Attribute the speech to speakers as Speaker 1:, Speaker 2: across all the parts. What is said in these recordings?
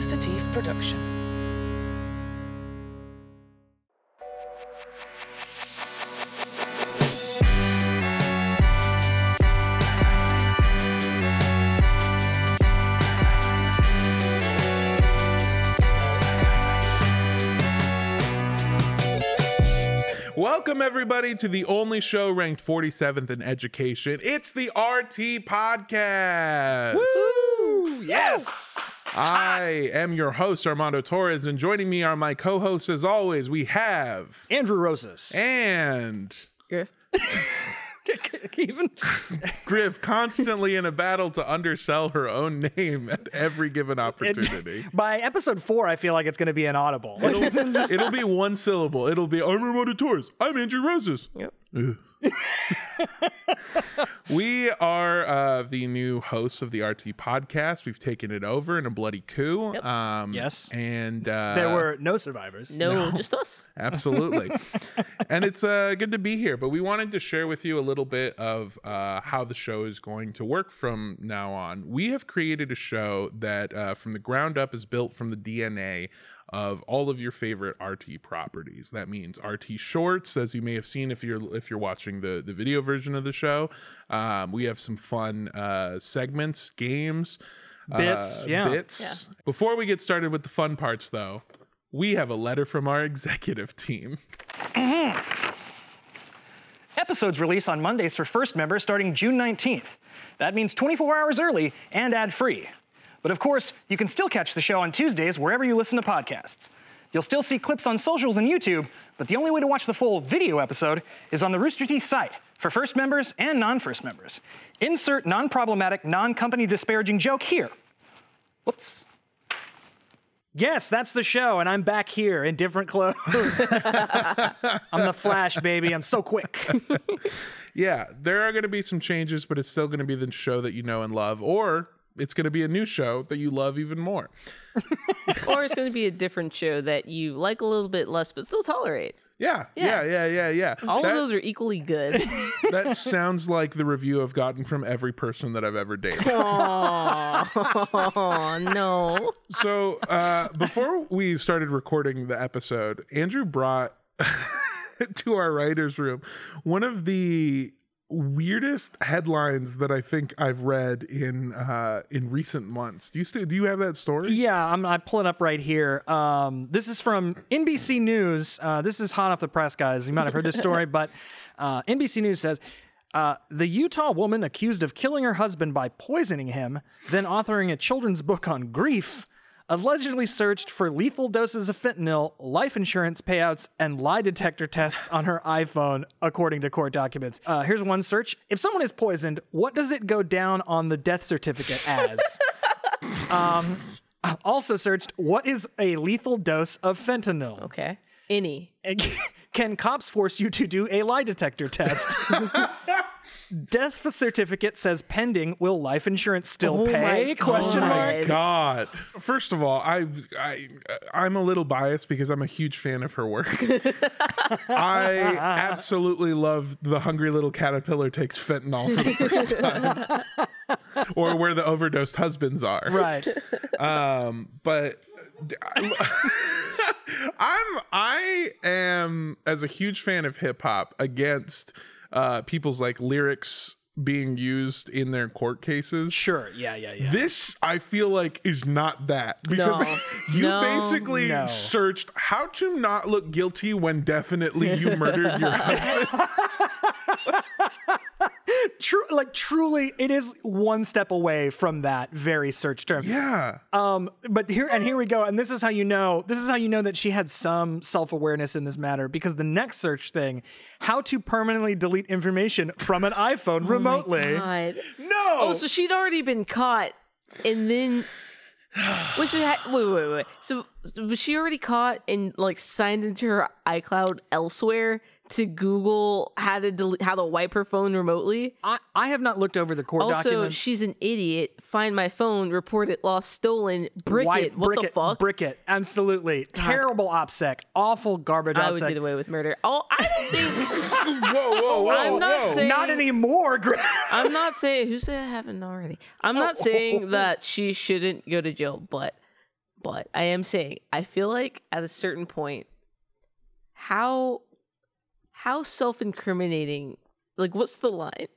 Speaker 1: Satif production.
Speaker 2: Welcome, everybody, to the only show ranked 47th in education. It's the RT Podcast.
Speaker 3: Woo! Yes.
Speaker 2: I am your host, Armando Torres, and joining me are my co hosts, as always, we have
Speaker 3: Andrew Rosas.
Speaker 2: and
Speaker 3: Even
Speaker 2: Griff constantly in a battle to undersell her own name at every given opportunity.
Speaker 3: by episode four, I feel like it's going to be inaudible.
Speaker 2: It'll, it'll be one syllable. It'll be I'm Armando Torres. I'm Andrew Roses.
Speaker 4: Yep.
Speaker 2: Ugh. we are uh, the new hosts of the RT podcast. We've taken it over in a bloody coup.
Speaker 4: Yep.
Speaker 2: Um,
Speaker 3: Yes.
Speaker 2: and uh,
Speaker 3: there were no survivors.
Speaker 4: No, just us.
Speaker 2: Absolutely. and it's uh, good to be here. But we wanted to share with you a little bit of uh, how the show is going to work from now on. We have created a show that, uh, from the ground up, is built from the DNA of all of your favorite RT properties. That means RT shorts, as you may have seen if you're if you're watching the the video version of the show. Um, we have some fun uh, segments, games,
Speaker 3: Bits,
Speaker 2: uh,
Speaker 3: yeah.
Speaker 2: bits.
Speaker 4: Yeah.
Speaker 2: Before we get started with the fun parts, though, we have a letter from our executive team.
Speaker 3: Mm-hmm. Episodes release on Mondays for first members starting June 19th. That means 24 hours early and ad free. But of course, you can still catch the show on Tuesdays wherever you listen to podcasts. You'll still see clips on socials and YouTube, but the only way to watch the full video episode is on the Rooster Teeth site for first members and non first members. Insert non problematic, non company disparaging joke here. Whoops.
Speaker 5: Yes, that's the show, and I'm back here in different clothes. I'm the Flash, baby. I'm so quick.
Speaker 2: Yeah, there are going to be some changes, but it's still going to be the show that you know and love, or it's going to be a new show that you love even more.
Speaker 4: or it's going to be a different show that you like a little bit less, but still tolerate.
Speaker 2: Yeah, yeah,
Speaker 4: Yeah.
Speaker 2: yeah, yeah, yeah.
Speaker 4: All
Speaker 2: that,
Speaker 4: of those are equally good.
Speaker 2: that sounds like the review I've gotten from every person that I've ever dated.
Speaker 4: oh no!
Speaker 2: so uh, before we started recording the episode, Andrew brought to our writers' room one of the weirdest headlines that I think I've read in uh, in recent months. Do you still do you have that story?
Speaker 5: yeah, I'm, I pull it up right here. Um, this is from NBC News. Uh, this is hot off the press, guys. You might have heard this story, but uh, NBC News says uh, the Utah woman accused of killing her husband by poisoning him, then authoring a children's book on grief, allegedly searched for lethal doses of fentanyl, life insurance payouts, and lie detector tests on her iPhone, according to court documents. Uh, here's one search: If someone is poisoned, what does it go down on the death certificate as? also searched what is a lethal dose of fentanyl
Speaker 4: Okay, any
Speaker 5: And can cops force you to do a lie detector test death certificate says pending will life insurance still
Speaker 4: Oh my
Speaker 5: pay question
Speaker 4: God.
Speaker 5: mark
Speaker 4: Right.
Speaker 2: God. First of all, I I I'm a little biased because I'm a huge fan of her work. I absolutely love the hungry little caterpillar takes fentanyl for the first time. or where the overdosed husbands are.
Speaker 5: right
Speaker 2: Um, but I'm I am as a huge fan of hip hop against uh people's like lyrics being used in their court cases.
Speaker 5: sure yeah yeah yeah
Speaker 2: This I feel like is not that because
Speaker 4: No.
Speaker 2: you
Speaker 4: No,
Speaker 2: basically
Speaker 5: no.
Speaker 2: searched how to not look guilty when definitely you murdered your husband.
Speaker 5: True, like truly, it is one step away from that very search term.
Speaker 2: Yeah,
Speaker 4: Uh,
Speaker 5: Um, but here and here we go, and this is how you know. This is how you know that she had some self awareness in this matter because the next search thing, how to permanently delete information from an iPhone remotely.
Speaker 4: Oh God.
Speaker 2: no.
Speaker 4: Oh, so she'd already been caught, and then. Which it ha- wait, wait, wait. So was she already caught and like signed into her iCloud elsewhere to Google how to delete how to wipe her phone remotely?
Speaker 5: I, I have not looked over the court
Speaker 4: Also,
Speaker 5: documents.
Speaker 4: she's an idiot. Find my phone, report it lost, stolen, brick
Speaker 5: Why-
Speaker 4: it. What
Speaker 5: brick
Speaker 4: the
Speaker 5: it,
Speaker 4: fuck?
Speaker 5: Brick it. Absolutely. Terrible OPSEC. Awful garbage
Speaker 4: I would
Speaker 5: OPSEC.
Speaker 4: get away with murder. Oh, I don't think.
Speaker 2: whoa, whoa, whoa!
Speaker 4: I'm not
Speaker 2: whoa.
Speaker 4: saying-
Speaker 5: Not anymore. Gra-
Speaker 4: I'm not
Speaker 2: Oh.
Speaker 4: saying. Who said I haven't already? I'm not saying that she shouldn't go to jail, but But I am saying I feel like at a certain point, how how self incriminating like what's the line?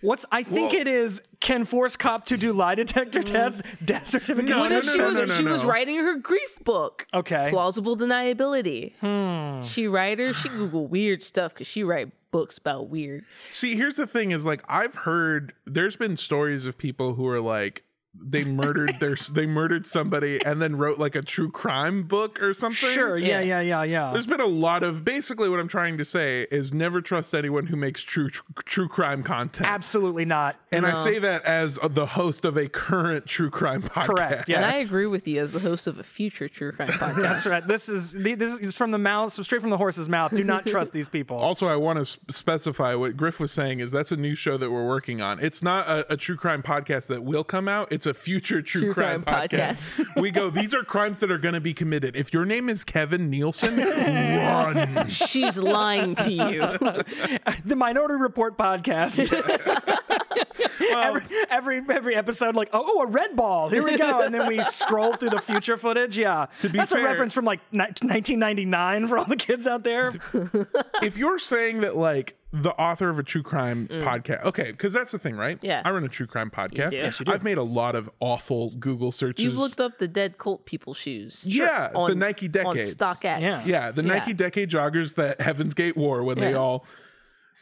Speaker 5: What's I think
Speaker 2: Well-
Speaker 5: it is can force cop to do lie detector tests, death certificates.
Speaker 2: No,
Speaker 4: Mm. what
Speaker 2: no,
Speaker 4: if
Speaker 2: no,
Speaker 4: she
Speaker 2: no,
Speaker 4: was
Speaker 2: no, no,
Speaker 4: she was
Speaker 2: no.
Speaker 4: writing her grief book?
Speaker 5: Okay. Mm.
Speaker 4: Plausible deniability.
Speaker 2: Hmm.
Speaker 4: She writer, she Google weird stuff because she write books about weird.
Speaker 2: See, here's the thing is like I've heard there's been stories of people who are like they murdered their they murdered somebody and then wrote like a true crime book or something.
Speaker 5: Sure. Yeah. Yeah.
Speaker 4: Mm.
Speaker 5: Yeah.
Speaker 4: Yeah.
Speaker 5: Yeah.
Speaker 2: There's been a lot of basically what I'm trying to say is never trust anyone who makes true tr- true crime content.
Speaker 5: Absolutely not.
Speaker 2: and I say that as the host of a current true crime podcast.
Speaker 5: Correct. Yes.
Speaker 4: And I agree with you as the host of a future true crime podcast.
Speaker 5: That's right. This is this is from the mouth, so straight from the horse's mouth. Do not trust these people.
Speaker 2: Also, I want to sp- specify what Griff was saying is that's a new show that we're working on. It's not a, a true crime podcast that will come out. It's a future true,
Speaker 4: True
Speaker 2: crime,
Speaker 4: crime
Speaker 2: podcast. we go. These are crimes that are going to be committed. If your name is Kevin Nielsen, run.
Speaker 4: She's lying to you.
Speaker 5: the Minority Report podcast. every, every every episode, like oh, ooh, a red ball. Here we go, and then we scroll through the future footage. Yeah,
Speaker 2: be
Speaker 5: that's
Speaker 2: fair-
Speaker 5: a reference from like ni- 1999 for all the kids out there.
Speaker 2: if you're saying that, like the author of a true crime podcast, okay, because that's the thing, right?
Speaker 4: Mm. Yeah.
Speaker 2: I run a true crime podcast.
Speaker 4: do. Yes,
Speaker 2: you do. I've made a lot of awful Google searches.
Speaker 4: You've looked up the dead cult people shoes.
Speaker 2: Yeah, the Nike
Speaker 4: on
Speaker 2: Decades.
Speaker 4: StockX.
Speaker 5: Yeah.
Speaker 2: yeah, the Nike Decade joggers that Heaven's Gate wore when they
Speaker 4: Yeah.
Speaker 2: all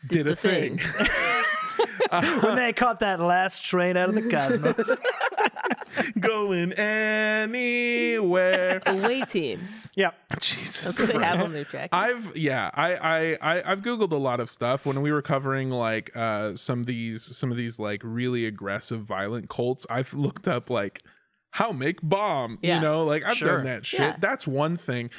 Speaker 2: did, a
Speaker 4: the thing.
Speaker 2: thing.
Speaker 5: when they caught that last train out of the cosmos.
Speaker 2: going anywhere.
Speaker 4: Away team.
Speaker 5: yep.
Speaker 2: Jesus.
Speaker 4: That's what they have on their jacket.
Speaker 2: I've yeah, I, I I I've googled a lot of stuff when we were covering like uh some of these some of these like really aggressive violent cults. I've looked up like how make bomb,
Speaker 4: Yeah.
Speaker 2: you know, like I've
Speaker 5: Sure.
Speaker 2: done that shit.
Speaker 4: Yeah.
Speaker 2: That's one thing.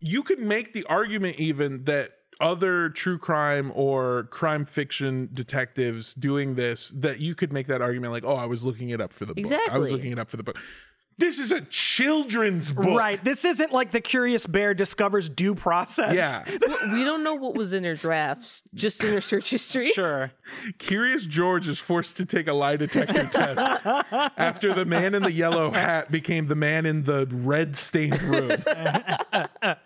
Speaker 2: You could make the argument even that other true crime or crime fiction detectives doing this that you could make that argument like, "Oh, I was looking it up for the book. I was
Speaker 4: Exactly.
Speaker 2: looking it up for the book." This is a children's book.
Speaker 5: Right. This isn't like the Curious Bear discovers due process.
Speaker 2: Yeah.
Speaker 4: we don't know what was in her drafts, just in her search history.
Speaker 5: Sure.
Speaker 2: Curious George is forced to take a lie detector test after the man in the yellow hat became the man in the red stained room. I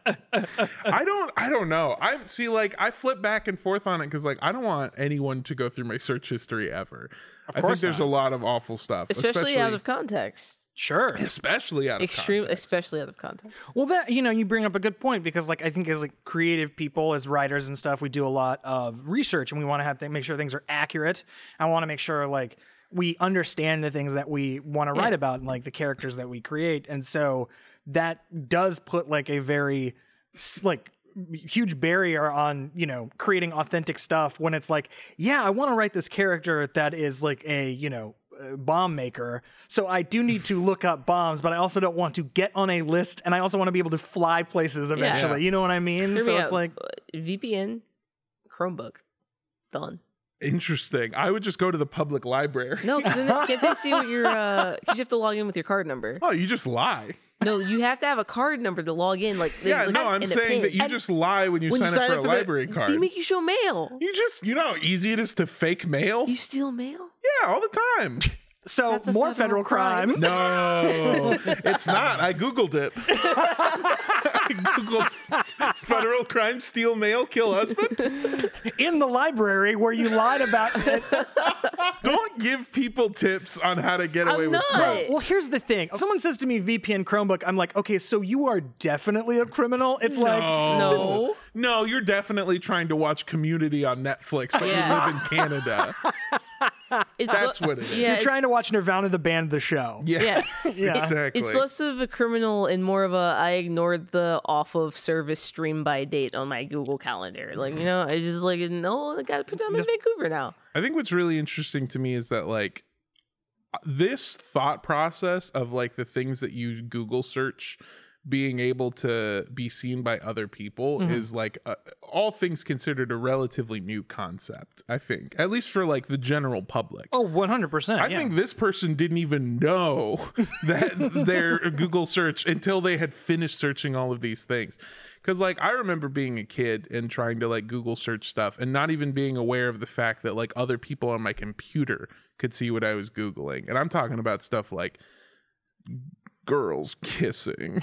Speaker 2: don't I don't know. I see like I flip back and forth on it cuz like I don't want anyone to go through my search history ever. I think
Speaker 5: course
Speaker 2: there's
Speaker 5: not.
Speaker 2: a lot of awful stuff,
Speaker 4: Especially, out of context.
Speaker 5: Sure.
Speaker 2: especially out of
Speaker 4: Extreme,
Speaker 2: context.
Speaker 4: especially out of context.
Speaker 5: Well, that you know, you bring up a good point because, like, I think as like creative people, as writers and stuff, we do a lot of research and we want to have th- make sure things are accurate. I want to make sure like we understand the things that we want to write about and like the characters that we create, and so that does put like a very s- like huge barrier on you know creating authentic stuff when it's like yeah i want to write this character that is like a you know uh, bomb maker so i do need to look up bombs but i also don't want to get on a list and i also want to be able to fly places eventually
Speaker 2: Yeah.
Speaker 5: you know what i mean
Speaker 4: Hear
Speaker 5: so
Speaker 4: me
Speaker 5: it's
Speaker 4: out. Uh,
Speaker 5: like
Speaker 4: VPN, Chromebook, done.
Speaker 2: Interesting. I would just go to the public library.
Speaker 4: No, 'cause then they- can't they see what your? Because you have to log in with your card number.
Speaker 2: Oh, you just lie.
Speaker 4: No, you have to have a card number to log in. Like they
Speaker 2: Yeah,
Speaker 4: look
Speaker 2: no, I'm
Speaker 4: in a
Speaker 2: saying
Speaker 4: pin.
Speaker 2: that you
Speaker 4: And
Speaker 2: just lie when you
Speaker 4: when
Speaker 2: sign
Speaker 4: you
Speaker 2: up for a
Speaker 4: the-
Speaker 2: library card.
Speaker 4: They make you show mail.
Speaker 2: You just, you know how easy it is to fake mail?
Speaker 4: You steal mail.
Speaker 2: Yeah, all the time.
Speaker 5: so
Speaker 4: That's a
Speaker 5: more federal,
Speaker 4: federal
Speaker 5: crime,
Speaker 4: crime.
Speaker 2: No, it's not. I Googled it. I Googled federal crime, steal mail, kill husband.
Speaker 5: in the library where you lied about
Speaker 2: Don't give people tips on how to get
Speaker 4: I'm
Speaker 2: away with
Speaker 4: not.
Speaker 2: crimes.
Speaker 5: Well, here's the thing. If someone says to me VPN Chromebook, I'm like, okay, so you are definitely a criminal. It's like,
Speaker 4: No.
Speaker 2: No, you're definitely trying to watch Community on Netflix, but
Speaker 4: Yeah.
Speaker 2: you live in Canada.
Speaker 4: It's
Speaker 2: That's
Speaker 4: le-
Speaker 2: what it is.
Speaker 4: Yeah,
Speaker 5: you're
Speaker 4: it's-
Speaker 5: trying to watch Nirvana the band, the show.
Speaker 2: Yes,
Speaker 4: Yes.
Speaker 5: Yeah.
Speaker 2: exactly.
Speaker 4: It's less of a criminal and more of a I ignored the off of service stream by date on my Google Calendar. Like, you know, I just like no, I gotta put down in Vancouver now.
Speaker 2: I think what's really interesting to me is that like this thought process of like the things that you Google search being able to be seen by other people is like uh all things considered a relatively new concept, I think. At least for like the general public.
Speaker 5: Oh, 100%.
Speaker 2: I
Speaker 5: yeah.
Speaker 2: think this person didn't even know that their Google search until they had finished searching all of these things. Cause like I remember being a kid and trying to like Google search stuff and not even being aware of the fact that like other people on my computer could see what I was Googling. And I'm talking about stuff like girls kissing.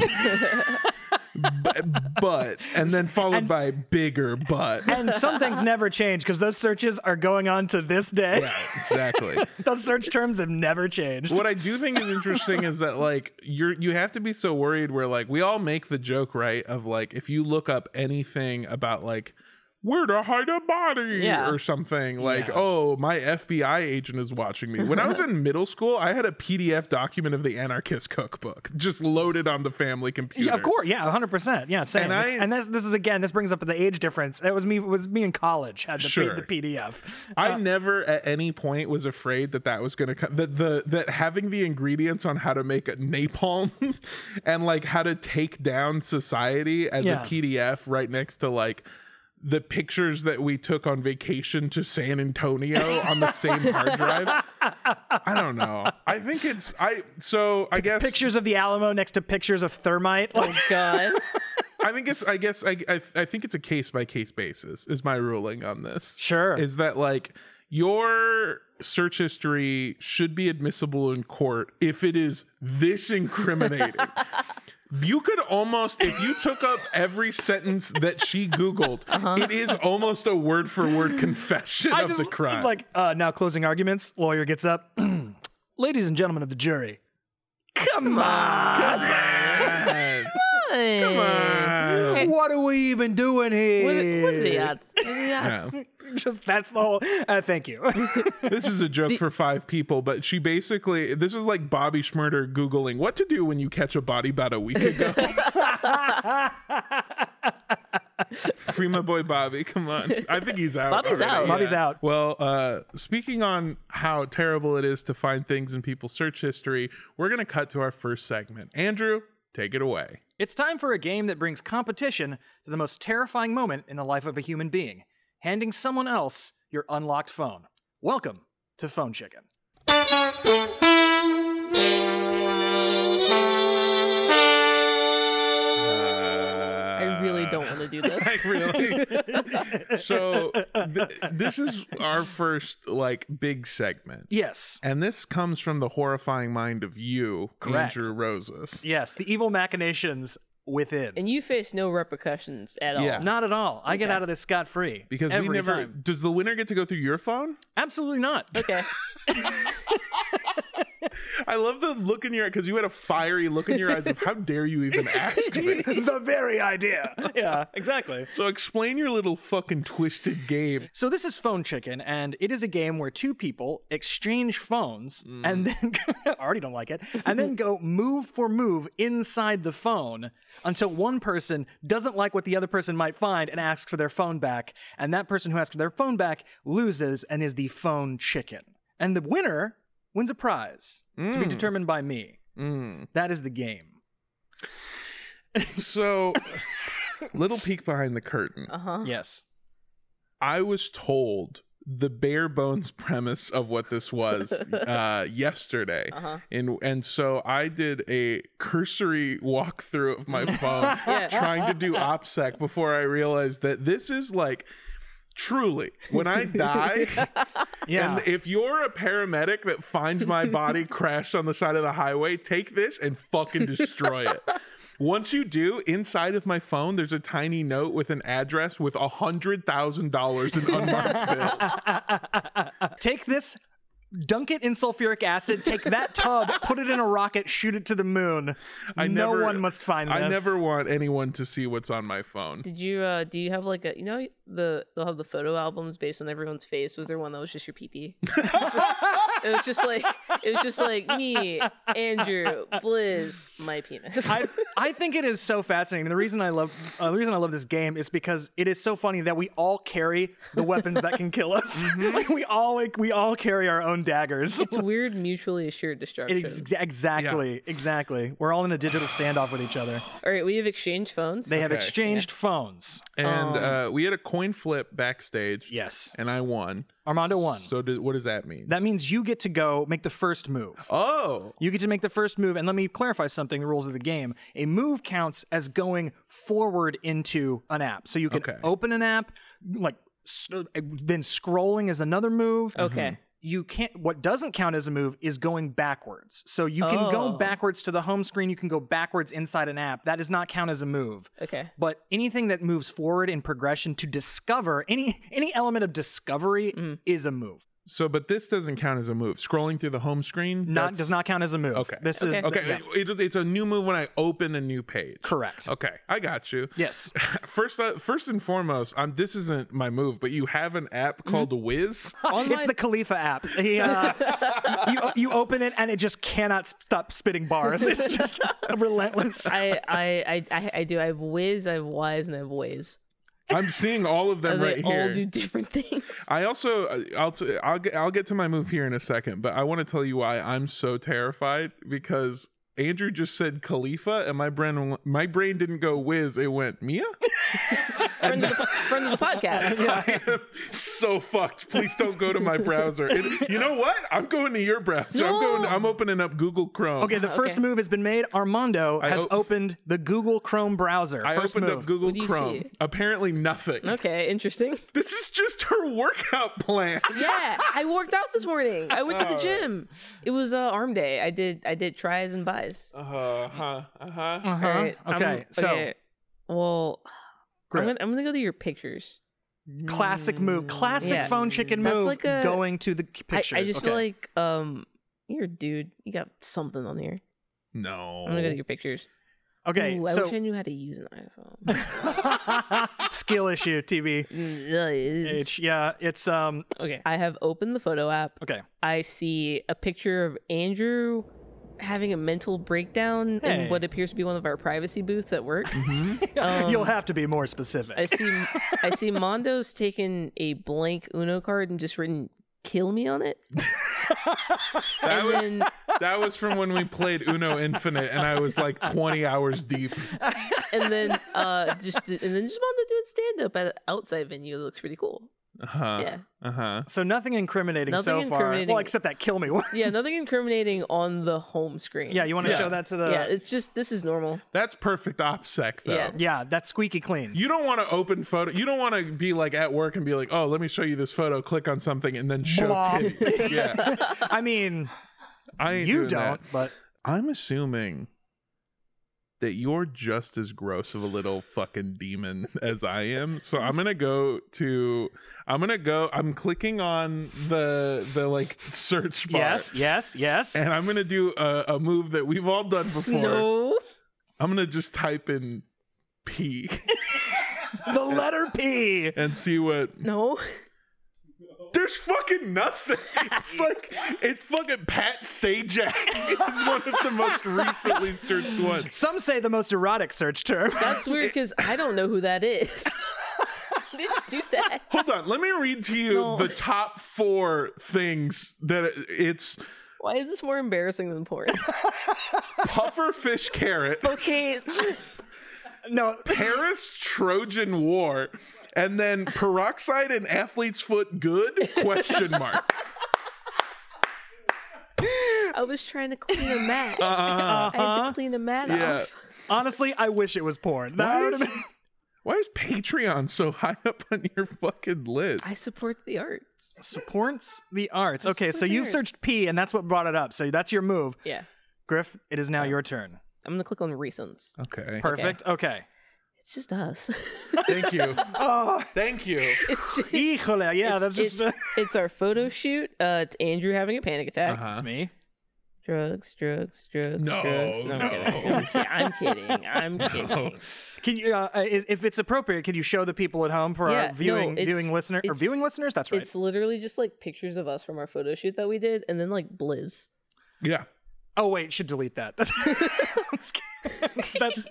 Speaker 2: but, but and then followed
Speaker 5: and-
Speaker 2: by bigger butt.
Speaker 5: And some things never change because those searches are going on to this day.
Speaker 2: exactly.
Speaker 5: those search terms have never changed.
Speaker 2: What I do think is interesting is that like you're you have to be so worried where like we all make the joke right of like if you look up anything about like where to hide a body
Speaker 4: Yeah.
Speaker 2: or something like oh my FBI agent is watching me. When I was in middle school, I had a PDF document of the anarchist cookbook just loaded on the family computer.
Speaker 5: Yeah, of course. Yeah, 100%. Yeah, same.
Speaker 2: And
Speaker 5: And,
Speaker 2: I-
Speaker 5: this, this is again, this brings up the age difference. It was me, it was me in college had the, P-
Speaker 2: Sure.
Speaker 5: the PDF.
Speaker 2: I never at any point was afraid that that was going to come that the that having the ingredients on how to make a napalm and like how to take down society as
Speaker 5: Yeah.
Speaker 2: a PDF right next to like the pictures that we took on vacation to San Antonio on the same hard drive. I don't know. I think it's I so I guess
Speaker 5: Pictures of the Alamo next to pictures of thermite. Like,
Speaker 4: God.
Speaker 2: I think it's I guess I, I I think it's a case by case basis is my ruling on this.
Speaker 5: Sure.
Speaker 2: Is that like your search history should be admissible in court if it is this incriminating. You could almost, if you took up every sentence that she Googled, it is almost a word for word confession
Speaker 5: Uh-huh. I
Speaker 2: of
Speaker 5: just
Speaker 2: the crime.
Speaker 5: it's like uh, now closing arguments. Lawyer gets up. Ladies and gentlemen of the jury. Come on.
Speaker 2: Man,
Speaker 4: Come
Speaker 2: man.
Speaker 5: What are we even doing here?
Speaker 4: What are, what are the odds? What are the odds?
Speaker 2: Yeah.
Speaker 5: Just that's the whole. Uh, thank you.
Speaker 2: this is a joke for five people, but she basically, this is like Bobby Schmurder Googling what to do when you catch a body about a week ago. Free my boy Bobby. Come on. I think he's out.
Speaker 4: Bobby's
Speaker 2: already.
Speaker 4: out.
Speaker 2: Yeah.
Speaker 5: Bobby's out.
Speaker 2: Well, uh, speaking on how terrible it is to find things in people's search history, we're going to cut to our first segment. Andrew, take it away.
Speaker 5: It's time for a game that brings competition to the most terrifying moment in the life of a human being handing someone else your unlocked phone. Welcome to Phone Chicken.
Speaker 4: I really don't want to do this.
Speaker 2: I really. so th- this is our first like big segment.
Speaker 5: Yes.
Speaker 2: And this comes from the horrifying mind of you,
Speaker 5: Correct.
Speaker 2: Andrew Roses.
Speaker 5: Yes, the evil machinations within.
Speaker 4: and you face no repercussions at all.
Speaker 2: Yeah.
Speaker 5: Not at all. I get out of this scot free.
Speaker 2: Because
Speaker 5: every
Speaker 2: we never
Speaker 5: time.
Speaker 2: does the winner get to go through your phone?
Speaker 5: Absolutely not.
Speaker 4: Okay.
Speaker 2: I love the look in your because you had a fiery look in your eyes of how dare you even ask me.
Speaker 5: the very idea. Yeah, exactly.
Speaker 2: So explain your little fucking twisted game.
Speaker 5: So this is Phone Chicken, and it is a game where two people exchange phones and then I already don't like it, and then go move for move inside the phone until one person doesn't like what the other person might find and asks for their phone back, and that person who asks for their phone back loses and is the phone chicken. And the winner wins a prize to be
Speaker 2: Mm.
Speaker 5: determined by me.
Speaker 2: Mm.
Speaker 5: That is the game.
Speaker 2: So, little peek behind the curtain.
Speaker 4: Uh huh.
Speaker 5: Yes.
Speaker 2: I was told the bare bones premise of what this was uh, yesterday,
Speaker 4: Uh huh.
Speaker 2: and and so I did a cursory walkthrough of my phone,
Speaker 4: Yeah.
Speaker 2: trying to do OPSEC before I realized that this is like. Truly, when I die,
Speaker 5: Yeah.
Speaker 2: and if you're a paramedic that finds my body crashed on the side of the highway, take this and fucking destroy it. Once you do, inside of my phone, there's a tiny note with an address with a hundred thousand dollars in unmarked bills.
Speaker 5: Take this, dunk it in sulfuric acid, take that tub, put it in a rocket, shoot it to the moon.
Speaker 2: I
Speaker 5: no
Speaker 2: never-
Speaker 5: one must find this.
Speaker 2: I never want anyone to see what's on my phone.
Speaker 4: Did you uh do you have like a you know the they'll have the photo albums based on everyone's face? Was there one that was just your pee pee? It was just like it was just like me, Andrew, Blizz, my penis.
Speaker 5: I, I think it is so fascinating. The reason I love uh, the reason I love this game is because it is so funny that we all carry the weapons that can kill us.
Speaker 2: Mm-hmm.
Speaker 5: like we all like we all carry our own daggers.
Speaker 4: it's weird mutually assured destruction.
Speaker 5: Ex- exactly, exactly. We're all in a digital standoff with each other.
Speaker 4: All right, we have exchanged phones.
Speaker 5: They have
Speaker 2: Okay.
Speaker 5: exchanged phones.
Speaker 2: And
Speaker 5: Oh.
Speaker 2: uh, we had a coin flip backstage,
Speaker 5: Yes,
Speaker 2: and I won.
Speaker 5: Armando won.
Speaker 2: So did, what does that mean?
Speaker 5: that means you get to go make the first move.
Speaker 2: oh,
Speaker 5: You get to make the first move, and let me clarify something the rules of the game. A move counts as going forward into an app. So you can
Speaker 2: Okay.
Speaker 5: open an app, like, s- then scrolling uh, is another move.
Speaker 2: Mm-hmm.
Speaker 4: Okay.
Speaker 5: you can't what doesn't count as a move is going backwards. So you can
Speaker 4: Oh.
Speaker 5: go backwards to the home screen, you can go backwards inside an app. That does not count as a move.
Speaker 4: Okay.
Speaker 5: But anything that moves forward in progression to discover any any element of discovery
Speaker 4: Mm.
Speaker 5: is a move.
Speaker 2: So, but this doesn't count as a move. Scrolling through the home screen
Speaker 5: Not
Speaker 2: that's-
Speaker 5: does not count as a move.
Speaker 2: Okay.
Speaker 5: This is
Speaker 4: Okay.
Speaker 2: Okay,
Speaker 5: yeah,
Speaker 2: it- it- it's a new move when I open a new page.
Speaker 5: correct.
Speaker 2: Okay, I got you.
Speaker 5: Yes.
Speaker 2: First, uh, first and foremost, um, this isn't my move, but you have an app
Speaker 4: Mm-hmm.
Speaker 2: called Wiz.
Speaker 5: It's the Khalifa app. He, uh, you, you open it and it just cannot stop spitting bars. It's just relentless.
Speaker 4: I, I, I, I, I do. I have whiz, I have wise, and I have ways.
Speaker 2: I'm seeing all of them
Speaker 4: And
Speaker 2: right
Speaker 4: they
Speaker 2: here.
Speaker 4: all do different things.
Speaker 2: I also uh, I'll t- I'll get I'll get to my move here in a second, but I want to tell you why I'm so terrified because Andrew just said Khalifa and my brain went- my brain didn't go whiz, it went Mia.
Speaker 4: Friend of the, friend of the podcast.
Speaker 2: I am so fucked. Please don't go to my browser. It- you know what? I'm going to your browser. I'm going.
Speaker 4: No.
Speaker 2: I'm opening up Google Chrome.
Speaker 5: Okay, the first
Speaker 4: okay.
Speaker 5: move has been made. Armando has
Speaker 2: op-
Speaker 5: opened the Google Chrome browser.
Speaker 2: I
Speaker 5: first
Speaker 2: opened
Speaker 5: move.
Speaker 2: up Google
Speaker 4: do you
Speaker 2: Chrome.
Speaker 4: see?
Speaker 2: Apparently nothing.
Speaker 4: Okay, interesting.
Speaker 2: This is just her workout plan.
Speaker 4: Yeah, I worked out this morning. I went to
Speaker 5: Oh.
Speaker 4: the gym. It was uh, arm day. I did I did tries and buys.
Speaker 2: Uh huh. Uh huh.
Speaker 5: Uh-huh.
Speaker 4: Alright, I'm-
Speaker 5: okay, so
Speaker 4: well,
Speaker 5: Grip.
Speaker 4: I'm gonna, I'm gonna go to your pictures.
Speaker 5: classic move, classic
Speaker 4: Yeah.
Speaker 5: phone chicken
Speaker 4: That's
Speaker 5: move,
Speaker 4: like a-
Speaker 5: going to the k-
Speaker 4: I,
Speaker 5: pictures.
Speaker 4: I just
Speaker 5: okay.
Speaker 4: feel like um, you're a dude. You got something on here.
Speaker 2: No.
Speaker 4: I'm gonna go to your pictures.
Speaker 5: Oh. okay,
Speaker 4: Ooh, I
Speaker 5: so
Speaker 4: wish I knew how to use an iPhone.
Speaker 5: skill issue, TV.
Speaker 4: Mm, yeah, it is.
Speaker 5: H, yeah, it's um okay,
Speaker 4: I have opened the photo app.
Speaker 5: okay.
Speaker 4: I see a picture of Andrew having a mental breakdown
Speaker 5: Hey.
Speaker 4: in what appears to be one of our privacy booths at work. Mm-hmm.
Speaker 5: You'll have to be more specific.
Speaker 4: I see I see Mondo's taken a blank Uno card and just written kill me on it.
Speaker 2: That
Speaker 4: and
Speaker 2: was
Speaker 4: then
Speaker 2: that was from when we played Uno Infinite, and I was like 20 hours deep.
Speaker 4: and then uh just and then just Mondo doing stand up at an outside venue. It looks pretty cool.
Speaker 2: Uh huh.
Speaker 4: Yeah.
Speaker 2: Uh huh.
Speaker 5: so nothing incriminating so
Speaker 4: Nothing
Speaker 5: far.
Speaker 4: incriminating.
Speaker 5: Well, except that kill me one.
Speaker 4: Yeah, nothing incriminating on the home screen.
Speaker 5: yeah, you want to
Speaker 2: Yeah.
Speaker 5: show that to the
Speaker 4: yeah, it's just this is normal.
Speaker 2: That's perfect opsec though.
Speaker 4: Yeah.
Speaker 5: Yeah, that's squeaky clean.
Speaker 2: You don't want to open photo. You don't want to be like at work and be like, "Oh, let me show you this photo." Click on something and then show
Speaker 5: Blah.
Speaker 2: titties. Yeah,
Speaker 5: I mean,
Speaker 2: I ain't
Speaker 5: you
Speaker 2: doing that.
Speaker 5: don't, but
Speaker 2: I'm assuming that you're just as gross of a little fucking demon as I am. So I'm gonna go to I'm gonna go I'm clicking on the the like search bar.
Speaker 5: yes, yes, yes.
Speaker 2: And I'm gonna do a, a move that we've all done before.
Speaker 4: No.
Speaker 2: I'm gonna just type in P
Speaker 5: the letter P.
Speaker 2: and see what
Speaker 4: No.
Speaker 2: there's fucking nothing. It's like it's fucking Pat Sajak is one of the most recently searched ones.
Speaker 5: Some say the most erotic search term.
Speaker 4: That's weird because I don't know who that is. I didn't do that.
Speaker 2: Hold on, let me read to you
Speaker 4: No.
Speaker 2: the top four things that it's
Speaker 4: Why is this more embarrassing than porn?
Speaker 2: pufferfish carrot,
Speaker 4: Okay.
Speaker 5: no,
Speaker 2: Paris Trojan War, and then peroxide and athlete's foot good question mark.
Speaker 4: I was trying to clean a mat.
Speaker 2: Uh,
Speaker 4: I had to clean a mat
Speaker 2: Uh-huh. Yeah.
Speaker 4: off.
Speaker 5: honestly, I wish it was porn. That
Speaker 2: Why
Speaker 5: would
Speaker 2: is-
Speaker 5: have been.
Speaker 2: Why is Patreon so high up on your fucking list?
Speaker 4: I support the arts.
Speaker 5: Supports the arts. Okay, so
Speaker 4: supports the
Speaker 5: you've
Speaker 4: arts.
Speaker 5: searched P, and that's what brought it up. So that's your move.
Speaker 4: Yeah.
Speaker 5: Griff, it is now your turn.
Speaker 4: I'm gonna click on recents.
Speaker 2: Okay.
Speaker 5: Perfect. Okay.
Speaker 4: It's just us.
Speaker 2: Thank you.
Speaker 5: Oh,
Speaker 2: Thank you.
Speaker 4: it's just,
Speaker 5: híjole. Yeah,
Speaker 4: it's,
Speaker 5: that's just.
Speaker 4: it's, it's our photo shoot. Uh, it's Andrew having a panic attack.
Speaker 2: Uh-huh.
Speaker 5: That's me.
Speaker 4: Drugs, drugs, drugs,
Speaker 2: No,
Speaker 4: drugs. No,
Speaker 2: no.
Speaker 4: I'm kidding. I'm ki- I'm kidding. I'm kidding.
Speaker 2: Oh.
Speaker 5: Can you, uh, i- if it's appropriate, can you show the people at home for
Speaker 4: Yeah,
Speaker 5: our
Speaker 4: no,
Speaker 5: viewing
Speaker 4: it's-
Speaker 5: viewing listener or
Speaker 4: it's-
Speaker 5: viewing listeners? That's right.
Speaker 4: It's literally just like pictures of us from our photo shoot that we did, and then like Blizz.
Speaker 2: Yeah.
Speaker 5: Oh wait, should delete that. That's, that's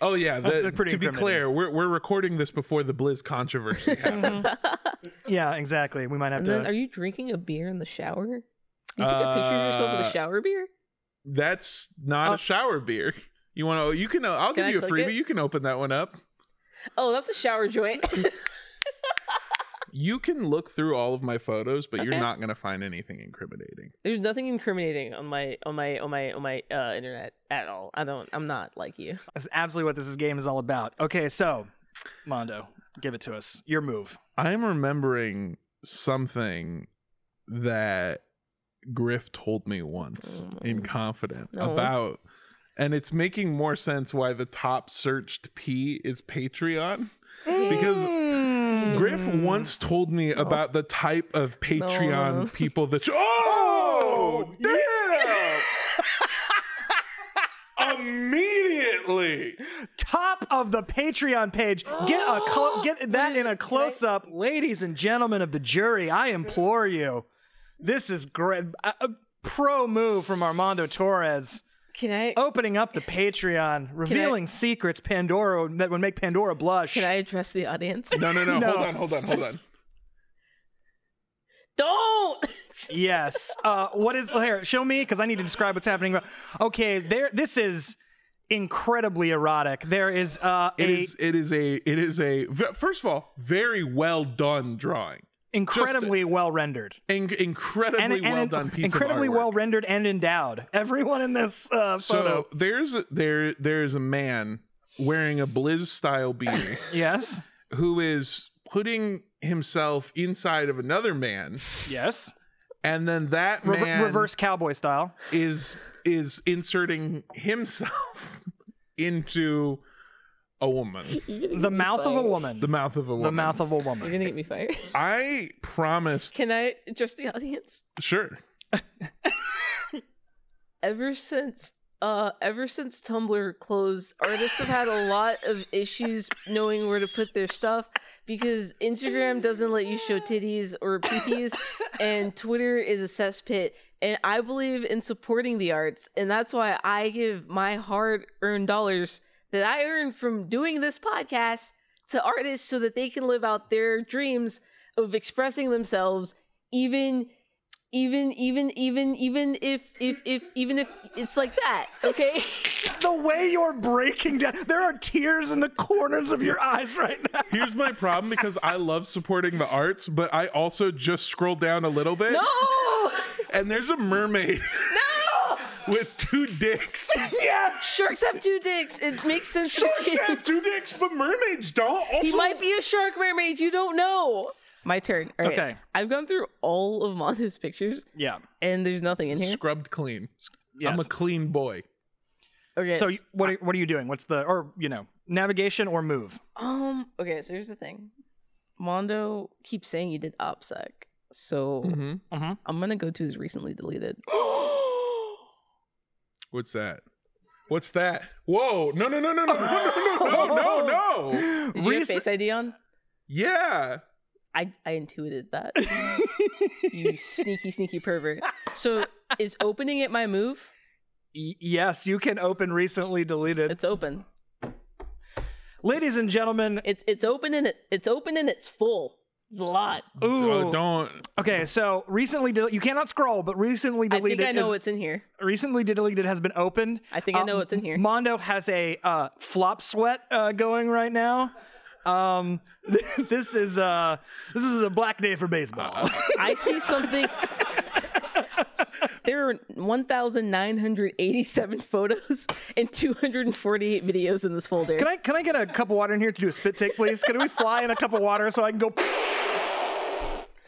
Speaker 2: Oh yeah.
Speaker 5: That's
Speaker 2: the-
Speaker 5: pretty
Speaker 2: to be
Speaker 5: incriminating.
Speaker 2: clear, we're we're recording this before the Blizz controversy happened.
Speaker 5: yeah, exactly. We might have
Speaker 4: Mm-hmm.
Speaker 5: to.
Speaker 4: And then, are you drinking a beer in the shower? You took a picture of yourself with
Speaker 2: Uh,
Speaker 4: a shower beer?
Speaker 2: That's not
Speaker 5: Uh,
Speaker 2: a shower beer. You want to? You can. uh, I'll
Speaker 4: Oh. Can
Speaker 2: give
Speaker 4: I
Speaker 2: you a
Speaker 4: click
Speaker 2: freebie.
Speaker 4: it?
Speaker 2: You can open that one up.
Speaker 4: Oh, that's a shower joint.
Speaker 2: You can look through all of my photos, but you're
Speaker 4: Okay.
Speaker 2: not gonna find anything incriminating.
Speaker 4: There's nothing incriminating on my on my on my on my uh, internet at all. I don't. I'm not like you.
Speaker 5: That's absolutely what this is- game is all about. Okay, so Mondo, give it to us. Your move.
Speaker 2: I'm remembering something that Griff told me once in confident
Speaker 4: Oh No.
Speaker 2: about, and it's making more sense why the top searched P is Patreon because.
Speaker 5: Mm.
Speaker 2: Griff
Speaker 4: Mm.
Speaker 2: once told me
Speaker 5: Oh.
Speaker 2: about the type of Patreon
Speaker 4: no.
Speaker 2: people that. Oh, damn! Immediately,
Speaker 5: Top of the Patreon page. Get a clo- get that in a close up, ladies and gentlemen of the jury. I implore you. This is great. A, a pro move from Armando Torres,
Speaker 4: Can I?
Speaker 5: opening up the Patreon, revealing secrets Pandora that would make Pandora blush.
Speaker 4: Can I address the audience?
Speaker 2: no, no, no,
Speaker 5: No.
Speaker 2: Hold on, hold on, hold on.
Speaker 4: Don't.
Speaker 5: Yes. Uh, what is here? Show me because I need to describe what's happening. Okay, there. This is incredibly erotic. There is uh,
Speaker 2: It
Speaker 5: a
Speaker 2: is. It is a. It is a. v- First of all, very well done drawing.
Speaker 5: incredibly well rendered.
Speaker 2: In- incredibly
Speaker 5: And, and
Speaker 2: well
Speaker 5: in-
Speaker 2: done piece.
Speaker 5: incredibly
Speaker 2: of artwork.
Speaker 5: well rendered and endowed. Everyone in this uh,
Speaker 2: So
Speaker 5: photo.
Speaker 2: there's a, there there is a man wearing a Blizz style beanie
Speaker 5: yes.
Speaker 2: who is putting himself inside of another man,
Speaker 5: Yes.
Speaker 2: and then that
Speaker 5: Rever-
Speaker 2: man
Speaker 5: reverse cowboy style.
Speaker 2: is is inserting himself into a woman,
Speaker 5: The mouth of a woman.
Speaker 2: the mouth of a woman.
Speaker 5: The mouth of a
Speaker 4: You're
Speaker 5: woman.
Speaker 4: gonna get me fired.
Speaker 2: I promised.
Speaker 4: Can I address the audience?
Speaker 2: Sure.
Speaker 4: ever since uh ever since Tumblr closed, artists have had a lot of issues knowing where to put their stuff because Instagram doesn't let you show titties or peepees and Twitter is a cesspit and I believe in supporting the arts and that's why I give my hard-earned dollars that I earn from doing this podcast to artists so that they can live out their dreams of expressing themselves even even even even even if if if even if it's like that okay
Speaker 5: The way you're breaking down. There are tears in the corners of your eyes right now.
Speaker 2: Here's my problem because I love supporting the arts, but I also just scrolled down a little bit
Speaker 4: no
Speaker 2: and there's a mermaid
Speaker 4: no
Speaker 2: with two dicks.
Speaker 4: sharks have two dicks it makes sense to me.
Speaker 2: Sharks have two dicks, but mermaids don't. Also,
Speaker 4: he might be a shark mermaid you don't know my turn All right.
Speaker 5: Okay.
Speaker 4: i've gone through all of mondo's pictures
Speaker 5: Yeah.
Speaker 4: and there's nothing in here
Speaker 2: scrubbed clean.
Speaker 5: Yes.
Speaker 2: I'm a clean boy.
Speaker 4: okay
Speaker 5: So you- what are, what are you doing? What's the or you know navigation or move?
Speaker 4: um okay so here's the thing mondo keeps saying he did opsec so
Speaker 5: Mm-hmm.
Speaker 4: i'm gonna go to his recently deleted
Speaker 2: What's that? What's that? Whoa! No! No! No! No! No! No! No! No! No! no.
Speaker 4: did you have
Speaker 5: Rec-
Speaker 4: face id on
Speaker 2: Yeah.
Speaker 4: I, I intuited that. you sneaky, sneaky pervert. So is opening it my move?
Speaker 5: Y- yes, you can open recently deleted.
Speaker 4: It's open.
Speaker 5: Ladies and gentlemen,
Speaker 4: It's it's open and it, it's open and it's full. It's a lot.
Speaker 5: ooh.
Speaker 2: Uh, don't.
Speaker 5: Okay, so recently del- you cannot scroll, but recently
Speaker 4: I
Speaker 5: deleted.
Speaker 4: think I know
Speaker 5: is-
Speaker 4: what's in here.
Speaker 5: recently deleted has been opened. Um,
Speaker 4: I think I know what's in here.
Speaker 5: Mondo has a uh, flop sweat uh, going right now. Um, this is uh, this is a black day for baseball.
Speaker 4: I see something. There are 1,987 photos and 248 videos in this folder.
Speaker 5: can I can I get a cup of water in here to do a spit take, please? Can we fly in a cup of water so I can go?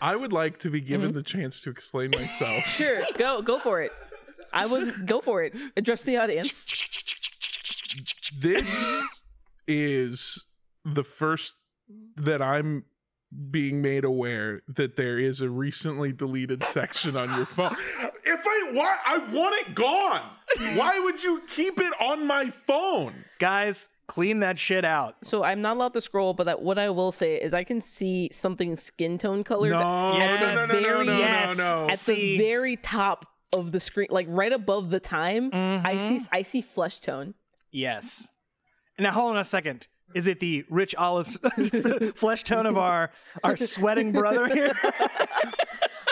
Speaker 2: I would like to be
Speaker 5: Mm-hmm.
Speaker 2: given the chance to explain myself.
Speaker 4: Sure, go go for it. I would go for it. Address the audience.
Speaker 2: this is the first that I'm being made aware that there is a recently deleted section on your phone. If I want, I want it gone. Why would you keep it on my phone?
Speaker 5: Guys, clean that shit out.
Speaker 4: So I'm not allowed to scroll, but that, what I will say is I can see something skin tone color. that-
Speaker 2: No, no, no,
Speaker 5: Yes.
Speaker 2: no, no,
Speaker 4: Very
Speaker 2: no,
Speaker 5: yes.
Speaker 2: no, no.
Speaker 4: at
Speaker 5: See-
Speaker 4: the very top of the screen, like right above the time, I see I see flesh tone.
Speaker 5: Yes. Now hold on a second. Is it the rich olive flesh tone of our our sweating brother here?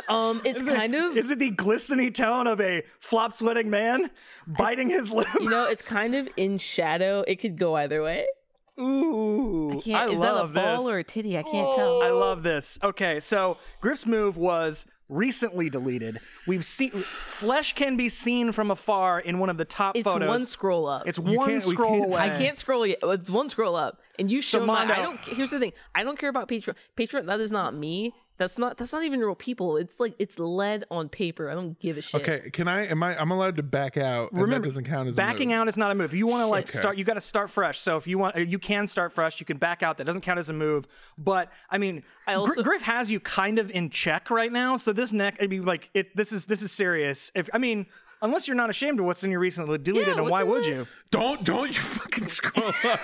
Speaker 4: Um, it's kind of
Speaker 5: Is it the glistening tone of a flop sweating man biting his lip?
Speaker 4: you know, it's kind of in shadow. It could go either way.
Speaker 5: Ooh, I,
Speaker 4: is
Speaker 5: love
Speaker 4: that a ball
Speaker 5: this.
Speaker 4: or a titty? I can't tell.
Speaker 5: I love this. Okay, so Griff's move was recently deleted. We've seen flesh can be seen from afar in one of the top
Speaker 4: It's
Speaker 5: photos.
Speaker 4: one scroll up.
Speaker 5: it's
Speaker 2: You
Speaker 5: one
Speaker 2: can't- we
Speaker 5: scroll
Speaker 2: can't-
Speaker 5: away.
Speaker 4: I can't scroll yet. It's one scroll up, and you show my.
Speaker 5: Mondo-
Speaker 4: I don't. Here's the thing. I don't care about Patreon. Patreon. That is not me. That's not that's not even real people. It's like it's lead on paper. I don't give a shit.
Speaker 2: Okay, can I? Am I? I'm allowed to back out. and
Speaker 5: Remember,
Speaker 2: that doesn't count as a
Speaker 5: backing
Speaker 2: move.
Speaker 5: out is not a move. You want to like
Speaker 2: Okay.
Speaker 5: start. You got to start fresh. So if you want, you can start fresh. You can back out. That doesn't count as a move. But I mean,
Speaker 4: I
Speaker 5: Gr-
Speaker 4: also-
Speaker 5: Griff has you kind of in check right now. So this neck, I mean, like it. This is this is serious. If I mean, unless you're not ashamed of what's in your recently deleted, and
Speaker 4: what's
Speaker 5: why
Speaker 4: in
Speaker 5: would
Speaker 4: there?
Speaker 5: you?
Speaker 2: Don't don't you fucking scroll up.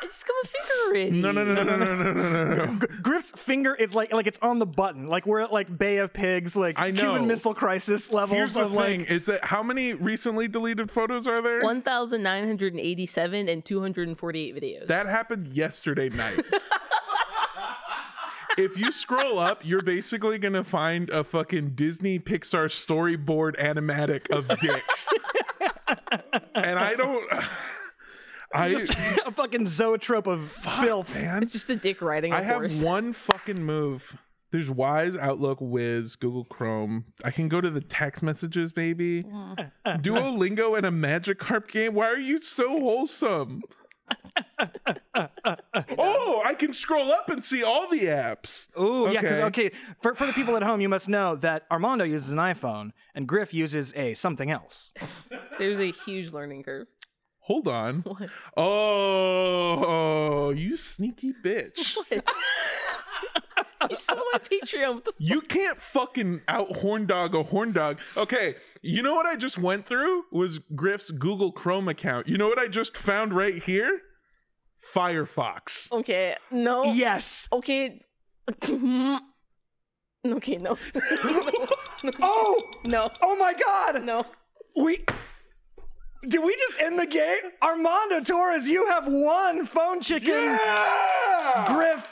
Speaker 4: I just got my finger in.
Speaker 2: No no no no no no no no. no, no.
Speaker 5: Griff's finger is like like it's on the button. Like we're at like Bay of Pigs, like
Speaker 2: I know.
Speaker 5: Cuban Missile Crisis levels
Speaker 2: Here's the
Speaker 5: of
Speaker 2: thing:
Speaker 5: like.
Speaker 2: is that how many recently deleted photos are there?
Speaker 4: One thousand nine hundred and eighty-seven and two hundred and forty-eight videos.
Speaker 2: That happened yesterday night. if you scroll up, you're basically gonna find a fucking Disney Pixar storyboard animatic of dicks. and I don't. I
Speaker 5: Just a fucking zoetrope of filth.
Speaker 2: man,
Speaker 4: it's just a dick riding a
Speaker 2: I have
Speaker 4: horse.
Speaker 2: one fucking move. There's Wise, Outlook, Wiz, Google Chrome. I can go to the text messages, maybe. Duolingo and a Magikarp game. Why are you so wholesome? oh, I can scroll up and see all the apps.
Speaker 5: Oh yeah, because
Speaker 2: Okay.
Speaker 5: okay, for for the people at home, you must know that Armando uses an iPhone and Griff uses a something else.
Speaker 4: There's a huge learning curve.
Speaker 2: Hold on. Oh, you sneaky bitch.
Speaker 4: You saw my Patreon. What the
Speaker 2: You can't fucking out horn dog a horn dog. Okay, you know what I just went through was Griff's Google Chrome account. You know what I just found right here?
Speaker 5: Oh,
Speaker 2: Firefox.
Speaker 4: f- okay, no.
Speaker 5: Yes.
Speaker 4: Okay. okay, no.
Speaker 5: Oh,
Speaker 4: no.
Speaker 5: oh my God.
Speaker 4: No.
Speaker 5: We did we just end the game? Armando Torres, you have won phone chicken.
Speaker 2: Yeah!
Speaker 5: Griff.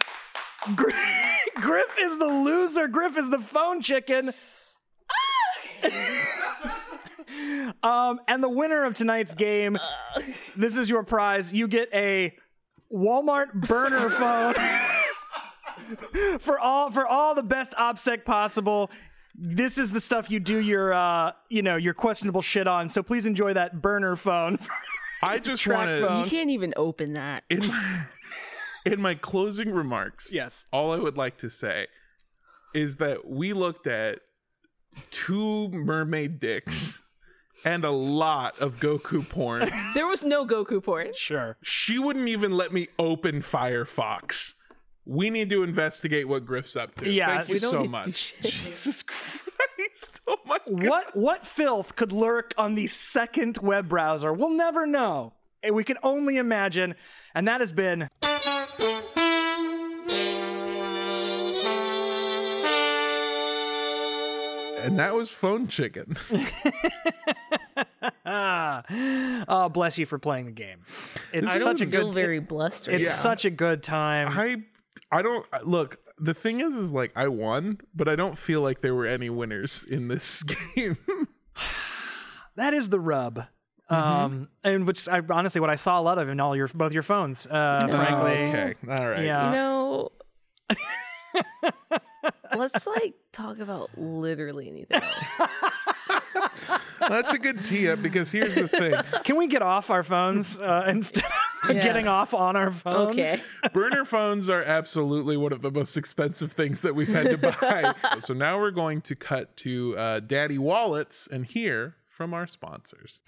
Speaker 5: Gr- Griff is the loser. Griff is the phone chicken. um, and the winner of tonight's game, this is your prize. You get a Walmart burner phone for all for all the best OPSEC possible. This is the stuff you do your uh, you know your questionable shit on. So please enjoy that burner phone.
Speaker 2: I just
Speaker 5: Track
Speaker 2: want
Speaker 5: phone.
Speaker 2: to
Speaker 4: You can't even open that.
Speaker 2: in my, in my closing remarks.
Speaker 5: yes.
Speaker 2: All I would like to say is that we looked at two mermaid dicks and a lot of Goku porn.
Speaker 4: There was no Goku porn.
Speaker 5: Sure.
Speaker 2: she wouldn't even let me open Firefox. We need to investigate what Griff's up to.
Speaker 5: Yeah,
Speaker 2: Thank you
Speaker 5: we
Speaker 4: don't
Speaker 2: so
Speaker 4: need to do
Speaker 2: much.
Speaker 4: shit.
Speaker 2: Jesus Christ! Oh my god!
Speaker 5: What what filth could lurk on the second web browser? We'll never know. And we can only imagine. And that has been
Speaker 2: And that was phone chicken.
Speaker 5: ah, oh, bless you for playing the game. It's
Speaker 4: I
Speaker 5: such a
Speaker 4: don't feel
Speaker 5: good
Speaker 4: very blessed. Right
Speaker 5: it's
Speaker 4: now.
Speaker 5: such a good time.
Speaker 2: I, I don't look. The thing is, is like I won, but I don't feel like there were any winners in this game.
Speaker 5: That is the rub. Um and which I honestly what I saw a lot of in all your both your phones, uh frankly.
Speaker 2: okay, all right.
Speaker 5: Yeah.
Speaker 4: You know. Let's like talk about literally anything. else.
Speaker 2: That's a good tee up because here's the thing:
Speaker 5: Can we get off our phones uh, instead of
Speaker 4: Yeah.
Speaker 5: getting off on our phones?
Speaker 4: Okay.
Speaker 2: burner phones are absolutely one of the most expensive things that we've had to buy. so now we're going to cut to uh, Daddy Wallets and hear from our sponsors.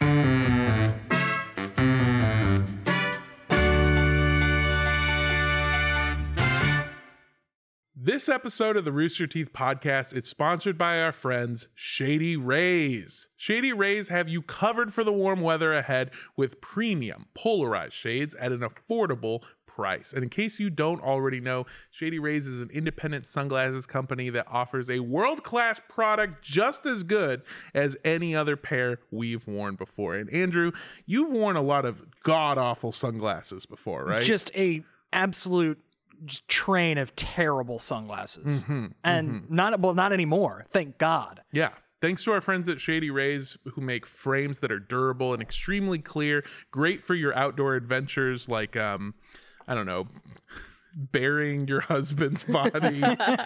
Speaker 2: This episode of the Rooster Teeth podcast is sponsored by our friends Shady Rays. Shady Rays have you covered for the warm weather ahead with premium polarized shades at an affordable price. And in case you don't already know, Shady Rays is an independent sunglasses company that offers a world-class product just as good as any other pair we've worn before. And Andrew, you've worn a lot of god-awful sunglasses before, right?
Speaker 5: just a absolute just train of terrible sunglasses
Speaker 2: Mm-hmm,
Speaker 5: and not well not anymore thank god
Speaker 2: Yeah. Thanks to our friends at Shady Rays who make frames that are durable and extremely clear, great for your outdoor adventures like um I don't know, burying your husband's body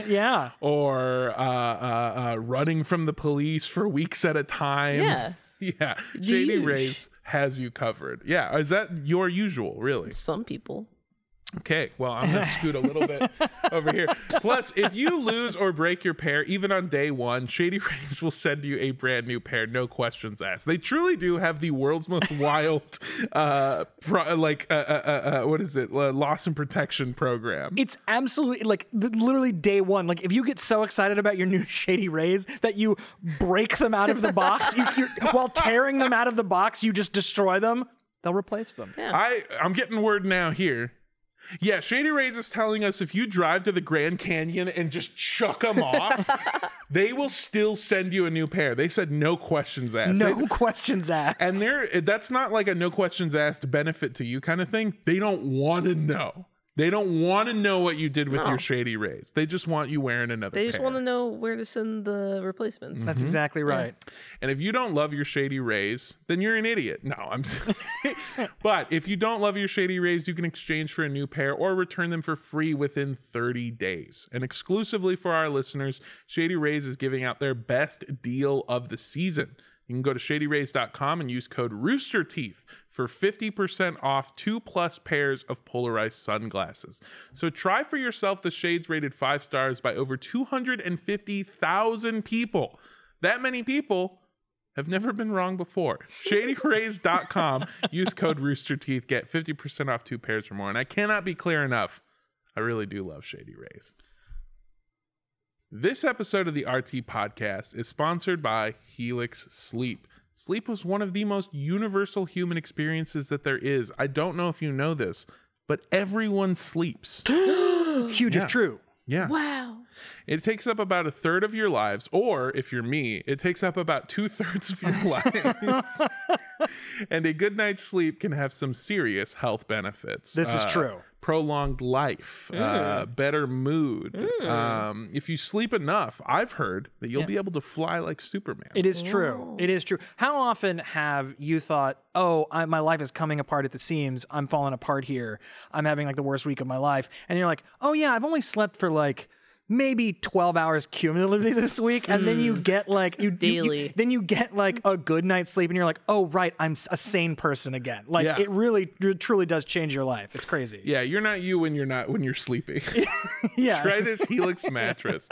Speaker 5: yeah
Speaker 2: or uh, uh, uh, running from the police for weeks at a time.
Speaker 4: Yeah.
Speaker 2: Yeah. Shady
Speaker 4: usual.
Speaker 2: Rays has you covered. Yeah. Is that your usual, really?
Speaker 4: Some people.
Speaker 2: Okay, well, I'm going to scoot a little bit over here. Plus, if you lose or break your pair, even on day one, Shady Rays will send you a brand new pair, no questions asked. They truly do have the world's most wild, uh, pro- like, uh, uh, uh, uh, what is it, uh, loss and protection program.
Speaker 5: It's absolutely like the, literally day one. Like if you get so excited about your new shady rays that you break them out of the box, you, you're, while tearing them out of the box, you just destroy them. They'll replace them.
Speaker 2: I, I'm getting word now here. Yeah, Shady Rays is telling us if you drive to the Grand Canyon and just chuck them off, they will still send you a new pair. They said no questions asked.
Speaker 5: No
Speaker 2: They-
Speaker 5: questions asked.
Speaker 2: and they're that's not like a no questions asked benefit to you kind of thing. They don't want to know. They don't want to know what you did with your shady rays. They just want you wearing another.
Speaker 4: They just
Speaker 2: pair.
Speaker 4: want to know where to send the replacements.
Speaker 2: Mm-hmm.
Speaker 5: That's exactly right.
Speaker 2: And if you don't love your shady rays, then you're an idiot. No, I'm. s- but if you don't love your shady rays, you can exchange for a new pair or return them for free within 30 days. And exclusively for our listeners, Shady Rays is giving out their best deal of the season. You can go to shadyrays.com and use code roosterteeth for 50% off two plus pairs of polarized sunglasses. So try for yourself the shades rated five stars by over 250,000 people. That many people have never been wrong before. ShadyRays.com. Use code Roosterteeth. Get 50% off two pairs or more. And I cannot be clear enough. I really do love Shady Rays. This episode of the RT podcast is sponsored by Helix Sleep. Sleep was one of the most universal human experiences that there is. I don't know if you know this, but everyone sleeps.
Speaker 5: Huge
Speaker 2: Yeah.
Speaker 5: if true.
Speaker 2: Yeah.
Speaker 4: Wow.
Speaker 2: It takes up about a third of your lives, or if you're me, it takes up about two thirds of your life. and a good night's sleep can have some serious health benefits.
Speaker 5: This is
Speaker 2: Uh,
Speaker 5: true. Mm.
Speaker 2: Prolonged life, uh, better mood. Um, if you sleep enough, I've heard that you'll be able to fly like Superman.
Speaker 5: It is true. It is true. How often have you thought, "Oh, I, my life is coming apart at the seams. I'm falling apart here. I'm having like the worst week of my life." And you're like, "Oh yeah, I've only slept for like maybe 12 hours cumulatively this week." And then
Speaker 2: Mm.
Speaker 5: you get like you, you- you-
Speaker 4: Daily.
Speaker 5: then you get like a good night's sleep and you're like, "Oh right, I'm s- a sane person again." Like
Speaker 2: Yeah.
Speaker 5: it really tr- truly does change your life. It's crazy.
Speaker 2: yeah, you're not you when you're not when you're sleeping.
Speaker 5: Yeah.
Speaker 2: Try this Helix mattress.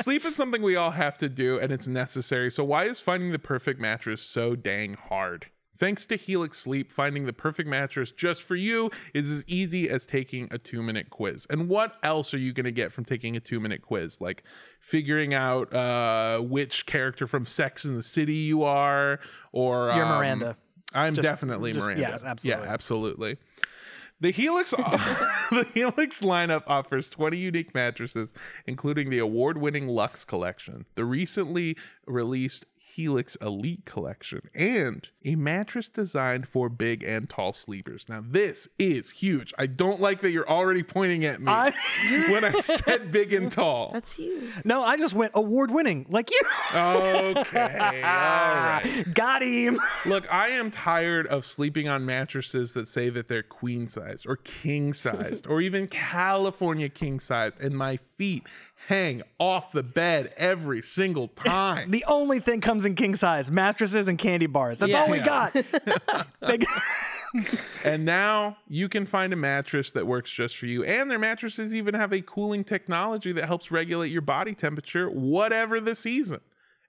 Speaker 2: Sleep is something we all have to do and it's necessary. So, why is finding the perfect mattress so dang hard? Thanks to Helix Sleep, finding the perfect mattress just for you is as easy as taking a two minute quiz. And what else are you going to get from taking a two minute quiz? Like figuring out uh, which character from Sex in the City you are, or.
Speaker 5: You're
Speaker 2: um,
Speaker 5: Miranda.
Speaker 2: I'm definitely
Speaker 5: just-
Speaker 2: Miranda.
Speaker 5: yes, absolutely.
Speaker 2: Yeah, absolutely. The Helix the Helix lineup offers 20 unique mattresses, including the award-winning Lux collection, the recently released Helix Elite collection, and a mattress designed for big and tall sleepers. Now this is huge. I don't like that you're already pointing at me
Speaker 5: I-
Speaker 2: when I said big and tall.
Speaker 4: That's huge.
Speaker 5: No, I just went award winning like you.
Speaker 2: okay. All right.
Speaker 5: Got him.
Speaker 2: Look, I am tired of sleeping on mattresses that say that they're queen sized or king sized or even California king sized, and my feet hang off the bed every single time.
Speaker 5: The only thing comes in king size mattresses and candy bars. That's all
Speaker 2: Yeah.
Speaker 5: we got. They-
Speaker 2: and now you can find a mattress that works just for you. And their mattresses even have a cooling technology that helps regulate your body temperature, whatever the season.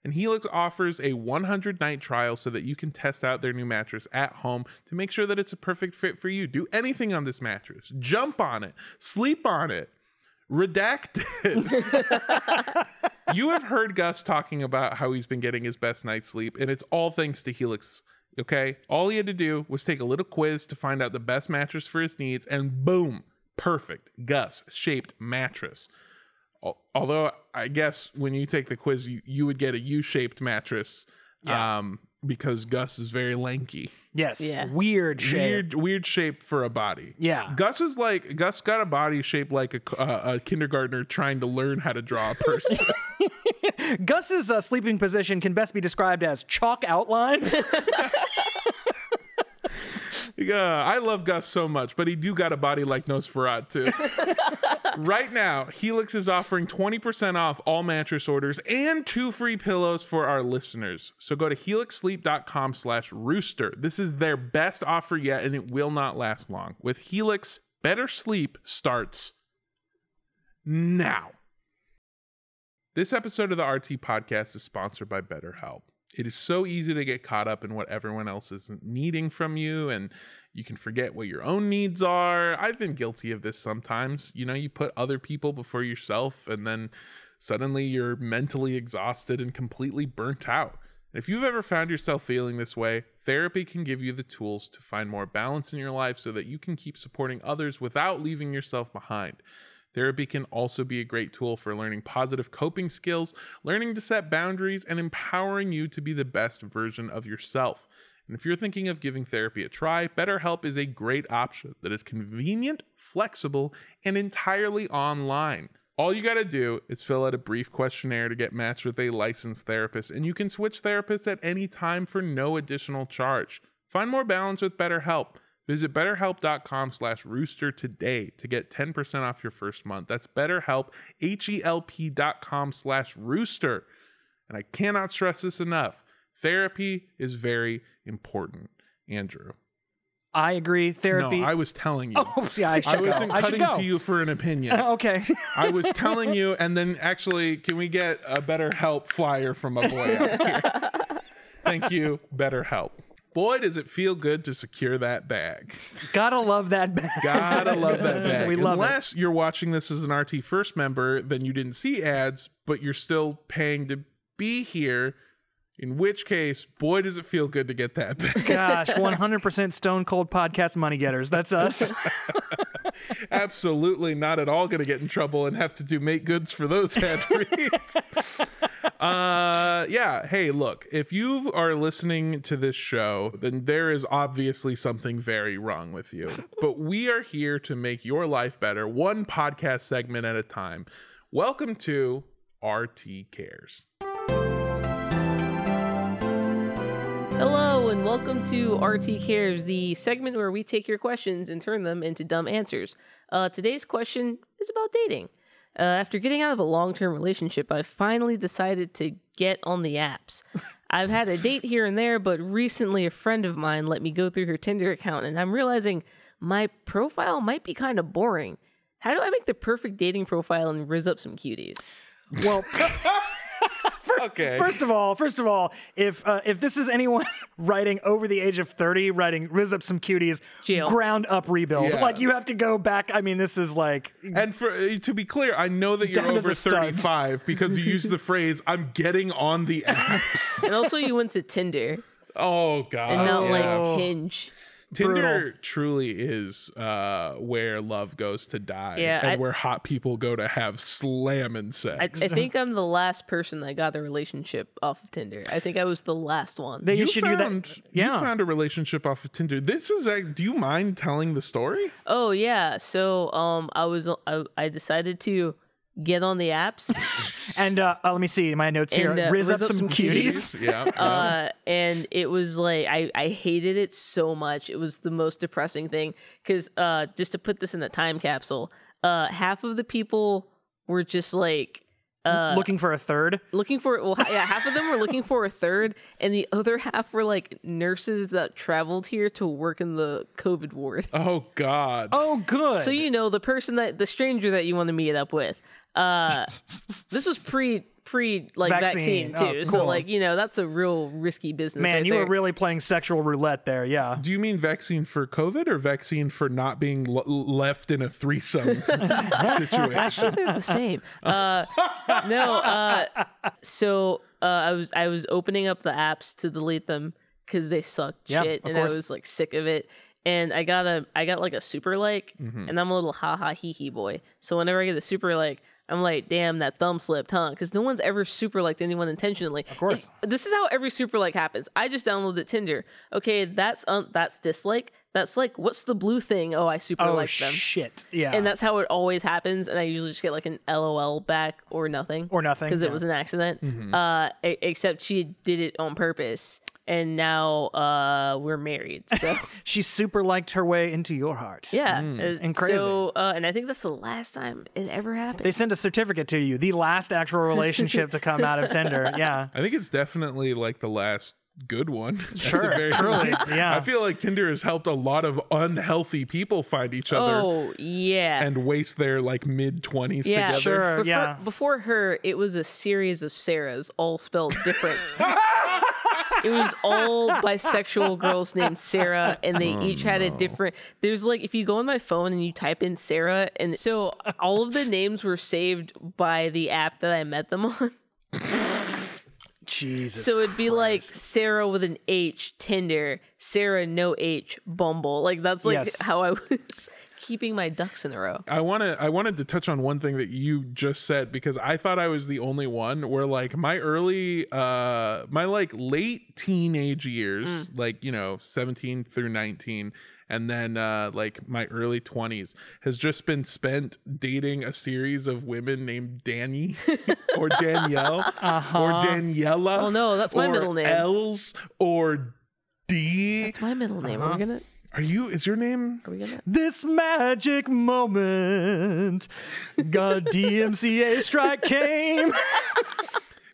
Speaker 2: And Helix offers a 100 night trial so that you can test out their new mattress at home to make sure that it's a perfect fit for you. Do anything on this mattress, jump on it, sleep on it. Redacted. you have heard Gus talking about how he's been getting his best night's sleep, and it's all thanks to Helix. Okay. All he had to do was take a little quiz to find out the best mattress for his needs, and boom, perfect Gus shaped mattress. Al- Although, I guess when you take the quiz, you, you would get a U shaped mattress um, because Gus is very lanky.
Speaker 5: yes.
Speaker 4: Yeah.
Speaker 5: Weird shape.
Speaker 2: Weird, weird shape for a body.
Speaker 5: Yeah.
Speaker 2: Gus is like Gus got a body shape like a, uh, a kindergartner trying to learn how to draw a person.
Speaker 5: Gus's uh, sleeping position can best be described as chalk outline.
Speaker 2: Yeah, I love Gus so much, but he do got a body like Nosferatu. right now, Helix is offering 20% off all mattress orders and two free pillows for our listeners. So go to helixsleep.com slash rooster. This is their best offer yet, and it will not last long. With Helix, Better Sleep starts now. This episode of the RT podcast is sponsored by BetterHelp. It is so easy to get caught up in what everyone else is needing from you, and you can forget what your own needs are. I've been guilty of this sometimes. You know, you put other people before yourself, and then suddenly you're mentally exhausted and completely burnt out. If you've ever found yourself feeling this way, therapy can give you the tools to find more balance in your life so that you can keep supporting others without leaving yourself behind. Therapy can also be a great tool for learning positive coping skills, learning to set boundaries, and empowering you to be the best version of yourself. And if you're thinking of giving therapy a try, BetterHelp is a great option that is convenient, flexible, and entirely online. All you got to do is fill out a brief questionnaire to get matched with a licensed therapist, and you can switch therapists at any time for no additional charge. Find more balance with BetterHelp. Visit betterhelp.com slash rooster today to get 10% off your first month. That's betterhelp, H-E-L-P dot com slash rooster. And I cannot stress this enough. Therapy is very important, Andrew.
Speaker 5: I agree. Therapy.
Speaker 2: No, I was telling you.
Speaker 5: Oh, yeah, I should
Speaker 2: I wasn't
Speaker 5: go. I should
Speaker 2: cutting
Speaker 5: go. Oh.
Speaker 2: to you for an opinion.
Speaker 5: Okay.
Speaker 2: I was telling you, and then actually, can we get a better help flyer from a boy out here? Thank you, better help. Boy, does it feel good to secure that bag.
Speaker 5: Gotta love that bag.
Speaker 2: Gotta love that bag.
Speaker 5: We love it.
Speaker 2: Unless you're watching this as an RT First member, then you didn't see ads, but you're still paying to be here. In which case, boy, does it feel good to get that back.
Speaker 5: Gosh, 100% Stone Cold Podcast money getters. That's us.
Speaker 2: absolutely not at all going to get in trouble and have to do make goods for those ad reads. uh, yeah. Hey, look, if you are listening to this show, then there is obviously something very wrong with you. but we are here to make your life better, one podcast segment at a time. Welcome to RT Cares.
Speaker 4: Hello, and welcome to RT Cares, the segment where we take your questions and turn them into dumb answers. Uh, today's question is about dating. Uh, after getting out of a long term relationship, I finally decided to get on the apps. I've had a date here and there, but recently a friend of mine let me go through her Tinder account, and I'm realizing my profile might be kind of boring. How do I make the perfect dating profile and rizz up some cuties?
Speaker 5: Well,
Speaker 2: Okay.
Speaker 5: First of all, first of all, if uh, if this is anyone writing over the age of thirty, writing riz up some cuties,
Speaker 4: Jail.
Speaker 5: ground up rebuild.
Speaker 2: Yeah.
Speaker 5: Like you have to go back. I mean, this is like
Speaker 2: and for uh, to be clear, I know that you're
Speaker 5: Down to
Speaker 2: over
Speaker 5: the studs.
Speaker 2: 35 because you used the phrase "I'm getting on the apps."
Speaker 4: And also, you went to Tinder
Speaker 2: oh God!
Speaker 4: and not
Speaker 2: yeah.
Speaker 4: like Hinge.
Speaker 2: Tinder
Speaker 5: Brutal.
Speaker 2: truly is uh, where love goes to die,
Speaker 4: Yeah,
Speaker 2: and
Speaker 4: I-
Speaker 2: where hot people go to have slammin'
Speaker 4: I, I
Speaker 2: sex.
Speaker 4: think I'm the last person that got a relationship off of Tinder. I think I was the last one.
Speaker 5: they should
Speaker 2: found,
Speaker 5: do that.
Speaker 2: You
Speaker 5: Yeah.
Speaker 2: found a relationship off of Tinder. This is. A, do you mind telling the story?
Speaker 4: oh yeah, so um, I was I, I decided to get on the apps,
Speaker 5: and uh, uh, let me see my notes here.
Speaker 4: And, uh,
Speaker 5: riz up some, cuties.
Speaker 2: Yeah. yeah.
Speaker 4: uh, and it was like I I hated it so much. It was the most depressing thing because uh, just to put this in the time capsule, uh, half of the people were just like uh,
Speaker 5: Looking for a third.
Speaker 4: looking for well yeah half of them were looking for a third and the other half were like nurses that traveled here to work in the covid ward
Speaker 2: oh God.
Speaker 5: Oh, good.
Speaker 4: so you know the person that the stranger that you want to meet up with uh this was pre pre like
Speaker 5: Vaccine.
Speaker 4: vaccine, too
Speaker 5: Oh,
Speaker 4: so
Speaker 5: cool.
Speaker 4: like you know that's a real risky business
Speaker 5: man,
Speaker 4: right
Speaker 5: you were
Speaker 4: there.
Speaker 5: really playing sexual roulette there. Yeah.
Speaker 2: Do you mean vaccine for COVID or vaccine for not being l- left in a threesome situation?
Speaker 4: they're the same. Uh, no, uh, so uh, I was I was opening up the apps to delete them because they sucked
Speaker 5: Yeah,
Speaker 4: shit,
Speaker 5: of
Speaker 4: and
Speaker 5: course.
Speaker 4: I was like sick of it. And I got a I got like a super like,
Speaker 5: Mm-hmm.
Speaker 4: and I'm a little ha ha hee hee boy. So whenever I get the super like. I'm like, damn, that thumb slipped, huh? Because no one's ever super liked anyone intentionally. Of
Speaker 5: course.
Speaker 4: this is how every super like happens. I just downloaded Tinder. Okay, that's un- that's dislike. That's like, what's the blue thing? Oh, I super
Speaker 5: Oh
Speaker 4: like them
Speaker 5: shit. Yeah.
Speaker 4: and that's how it always happens and i usually just get like an lol back or nothing
Speaker 5: or nothing.
Speaker 4: because
Speaker 5: yeah.
Speaker 4: it was an accident uh e- except she did it on purpose and now uh we're married so
Speaker 5: she super liked her way into your heart.
Speaker 4: yeah Uh,
Speaker 5: and crazy.
Speaker 4: so uh and i think that's the last time it ever happened
Speaker 5: They send a certificate to you, the last actual relationship to come out of Tinder. Yeah.
Speaker 2: I think it's definitely like the last good one. at the
Speaker 5: Sure,
Speaker 2: very
Speaker 5: truly,
Speaker 2: least.
Speaker 5: yeah.
Speaker 2: I feel like Tinder has helped a lot of unhealthy people find each other
Speaker 4: Oh yeah.
Speaker 2: and waste their like mid 20s
Speaker 4: yeah,
Speaker 2: together.
Speaker 5: Sure,
Speaker 4: Before,
Speaker 5: yeah.
Speaker 4: before her, it was a series of Sarahs, all spelled different. it was all bisexual girls named Sarah, and they each had a different. There's like if you go on my phone and you type in Sarah, and so all of the names were saved by the app that I met them on.
Speaker 5: Jesus.
Speaker 4: So it'd be like Sarah with an H, Tinder, Sarah no H, Bumble. Like that's like
Speaker 5: Yes.
Speaker 4: how I was keeping my ducks in a row.
Speaker 2: I want to I wanted to touch on one thing that you just said because I thought I was the only one where like my early uh my like late teenage years
Speaker 4: Mm.
Speaker 2: like you know 17 through 19 and then uh like my early 20s has just been spent dating a series of women named Danny or Danielle
Speaker 5: Uh-huh.
Speaker 2: or Daniela.
Speaker 4: Oh, no, that's my
Speaker 2: or
Speaker 4: middle name.
Speaker 2: Els or D.
Speaker 4: That's my middle name.
Speaker 5: Uh-huh.
Speaker 4: Are we gonna?
Speaker 2: Are you is your name
Speaker 4: Are we gonna?
Speaker 5: This magic moment, God DMCA strike came.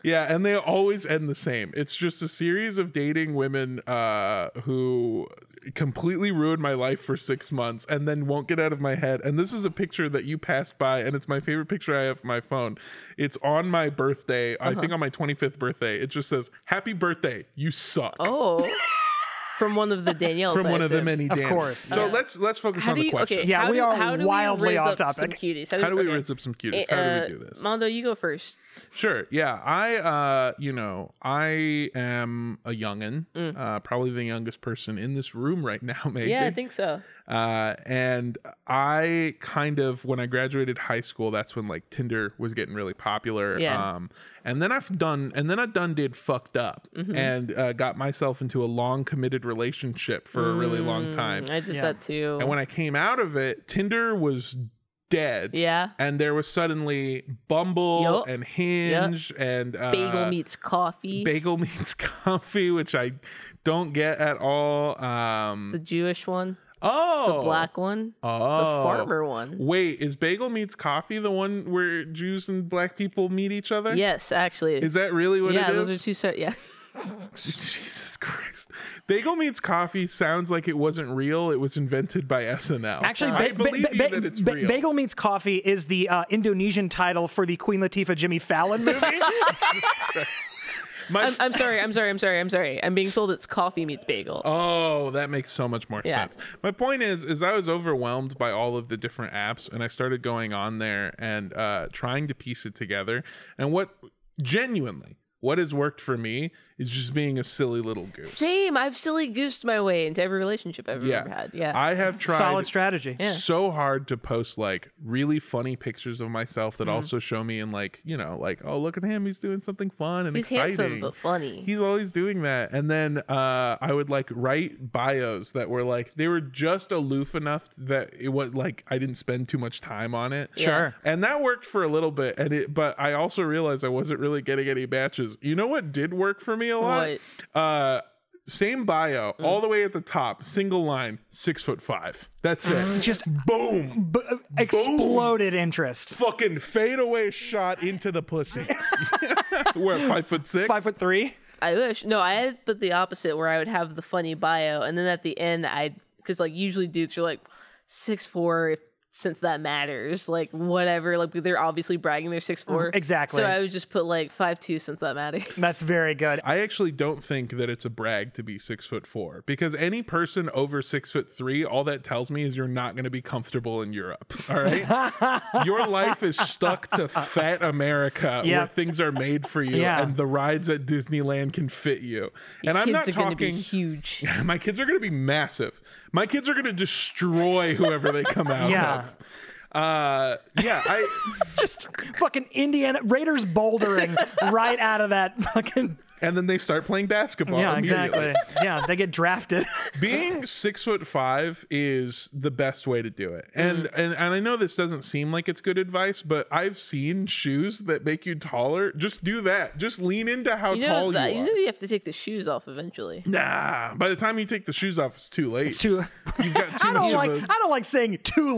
Speaker 2: Yeah, and they always end the same. It's just a series of dating women uh, who completely ruined my life for six months and then won't get out of my head. And this is a picture that you passed by, and it's my favorite picture I have on my phone. It's on my birthday, I
Speaker 4: Uh-huh.
Speaker 2: think on my 25th birthday. It just says, Happy birthday, you suck.
Speaker 4: Oh, from one of the Danielles.
Speaker 2: From
Speaker 4: I
Speaker 2: one of the
Speaker 4: assume.
Speaker 2: many
Speaker 5: Of
Speaker 2: Dannies.
Speaker 5: course.
Speaker 2: So let's let's focus
Speaker 4: How
Speaker 2: on
Speaker 4: do
Speaker 2: the
Speaker 4: you?
Speaker 2: question.
Speaker 4: Okay,
Speaker 5: Yeah,
Speaker 4: how
Speaker 5: we
Speaker 4: do,
Speaker 5: are
Speaker 4: how do
Speaker 5: wildly
Speaker 4: we raise
Speaker 5: off
Speaker 4: up Some
Speaker 5: topic.
Speaker 4: cuties.
Speaker 2: How do we
Speaker 4: okay.
Speaker 2: raise up some cuties? How
Speaker 4: Uh,
Speaker 2: do we do this?
Speaker 4: Mondo, you go first.
Speaker 2: Sure. Yeah. I, uh, you know, I am a youngin, uh, probably the youngest person in this room right now, maybe.
Speaker 4: Mm. Yeah, I think so.
Speaker 2: Uh, and I kind of, when I graduated high school, that's when like Tinder was getting really popular.
Speaker 4: Yeah.
Speaker 2: Um, and then I've done, and then I done did fucked up
Speaker 4: Mm-hmm.
Speaker 2: and uh, got myself into a long committed relationship for a really long time.
Speaker 4: Mm, I did
Speaker 5: Yeah.
Speaker 4: that too.
Speaker 2: And when I came out of it, Tinder was dead
Speaker 4: yeah,
Speaker 2: and there was suddenly Bumble
Speaker 4: Yup.
Speaker 2: and Hinge and uh,
Speaker 4: bagel meets coffee.
Speaker 2: Bagel meets coffee, which I don't get at all. Um,
Speaker 4: the Jewish one,
Speaker 2: oh,
Speaker 4: the black one,
Speaker 2: oh,
Speaker 4: the farmer one.
Speaker 2: Wait, is Bagel meets coffee the one where Jews and black people meet each other?
Speaker 4: Yes, actually.
Speaker 2: Is that really what
Speaker 4: yeah,
Speaker 2: it is?
Speaker 4: those are two. Ser- yeah,
Speaker 2: Jesus Christ. Bagel meets coffee sounds like it wasn't real. It was invented by SNL.
Speaker 5: Actually,
Speaker 2: I
Speaker 5: ba- ba-
Speaker 2: believe you
Speaker 5: ba-
Speaker 2: that it's
Speaker 5: ba-
Speaker 2: real.
Speaker 5: Bagel Meets Coffee is the uh, Indonesian title for the Queen Latifah Jimmy Fallon movie.
Speaker 2: My-
Speaker 4: I'm, I'm sorry. I'm sorry. I'm sorry. I'm sorry. I'm being told it's coffee meets bagel.
Speaker 2: Oh, that makes so much more
Speaker 4: Yeah.
Speaker 2: sense. My point is, is I was overwhelmed by all of the different apps, and I started going on there and uh, trying to piece it together. And what genuinely, what has worked for me is just being a silly little goose.
Speaker 4: Same. I've silly goosed my way into every relationship I've ever had. Yeah.
Speaker 2: I have tried
Speaker 5: Solid strategy.
Speaker 2: so hard to post like really funny pictures of myself
Speaker 4: Mm-hmm.
Speaker 2: that also show me in like you know like oh look at him he's doing something fun and
Speaker 4: He's
Speaker 2: exciting
Speaker 4: handsome but funny.
Speaker 2: he's always doing that and then uh i would like write bios that were like they were just aloof enough that it was like i didn't spend too much time on it
Speaker 5: Sure.
Speaker 2: and that worked for a little bit and it but i also realized i wasn't really getting any matches you know what did work for me a lot uh same bio
Speaker 4: Mm.
Speaker 2: all the way at the top single line six foot five that's it
Speaker 5: Just
Speaker 2: boom
Speaker 5: b- uh, exploded interest.
Speaker 2: fucking fadeaway shot into the pussy we're at five foot six
Speaker 5: Five foot three.
Speaker 4: I wish. No, I had but the opposite where I would have the funny bio and then at the end I'd because like usually dudes are like six four if since that matters, like whatever. Like they're obviously bragging they're six
Speaker 2: Uh-huh,
Speaker 4: four.
Speaker 5: exactly.
Speaker 4: So I would just put like five two since that matters.
Speaker 5: That's very good.
Speaker 2: I actually don't think that it's a brag to be six foot four because any person over six foot three, all that tells me is you're not going to be comfortable in Europe. All right. Your life is stuck to fat America
Speaker 5: Yeah.
Speaker 2: where things are made for you
Speaker 5: Yeah.
Speaker 2: and the rides at Disneyland can fit you. And I'm
Speaker 4: Kids
Speaker 2: not
Speaker 4: are gonna be
Speaker 2: talking.
Speaker 4: huge.
Speaker 2: My kids are going to be massive. My kids are going to destroy whoever they come out
Speaker 5: Yeah.
Speaker 2: of. Uh, yeah, I.
Speaker 5: Just fucking Indiana Raiders bouldering right out of that fucking.
Speaker 2: And then they start playing basketball.
Speaker 5: Yeah,
Speaker 2: immediately.
Speaker 5: exactly. Yeah, they get drafted.
Speaker 2: being six foot five is the best way to do it and,
Speaker 5: Mm.
Speaker 2: and and i know this doesn't seem like it's good advice but i've seen shoes that make you taller just do that just lean into how
Speaker 4: You know
Speaker 2: tall
Speaker 4: that
Speaker 2: you
Speaker 4: you
Speaker 2: are
Speaker 4: know you have to take the shoes off eventually.
Speaker 2: nah by the time you take the shoes off it's too late
Speaker 5: Too.
Speaker 2: you've got too
Speaker 5: I don't
Speaker 2: much
Speaker 5: like.
Speaker 2: of a
Speaker 5: I don't like saying too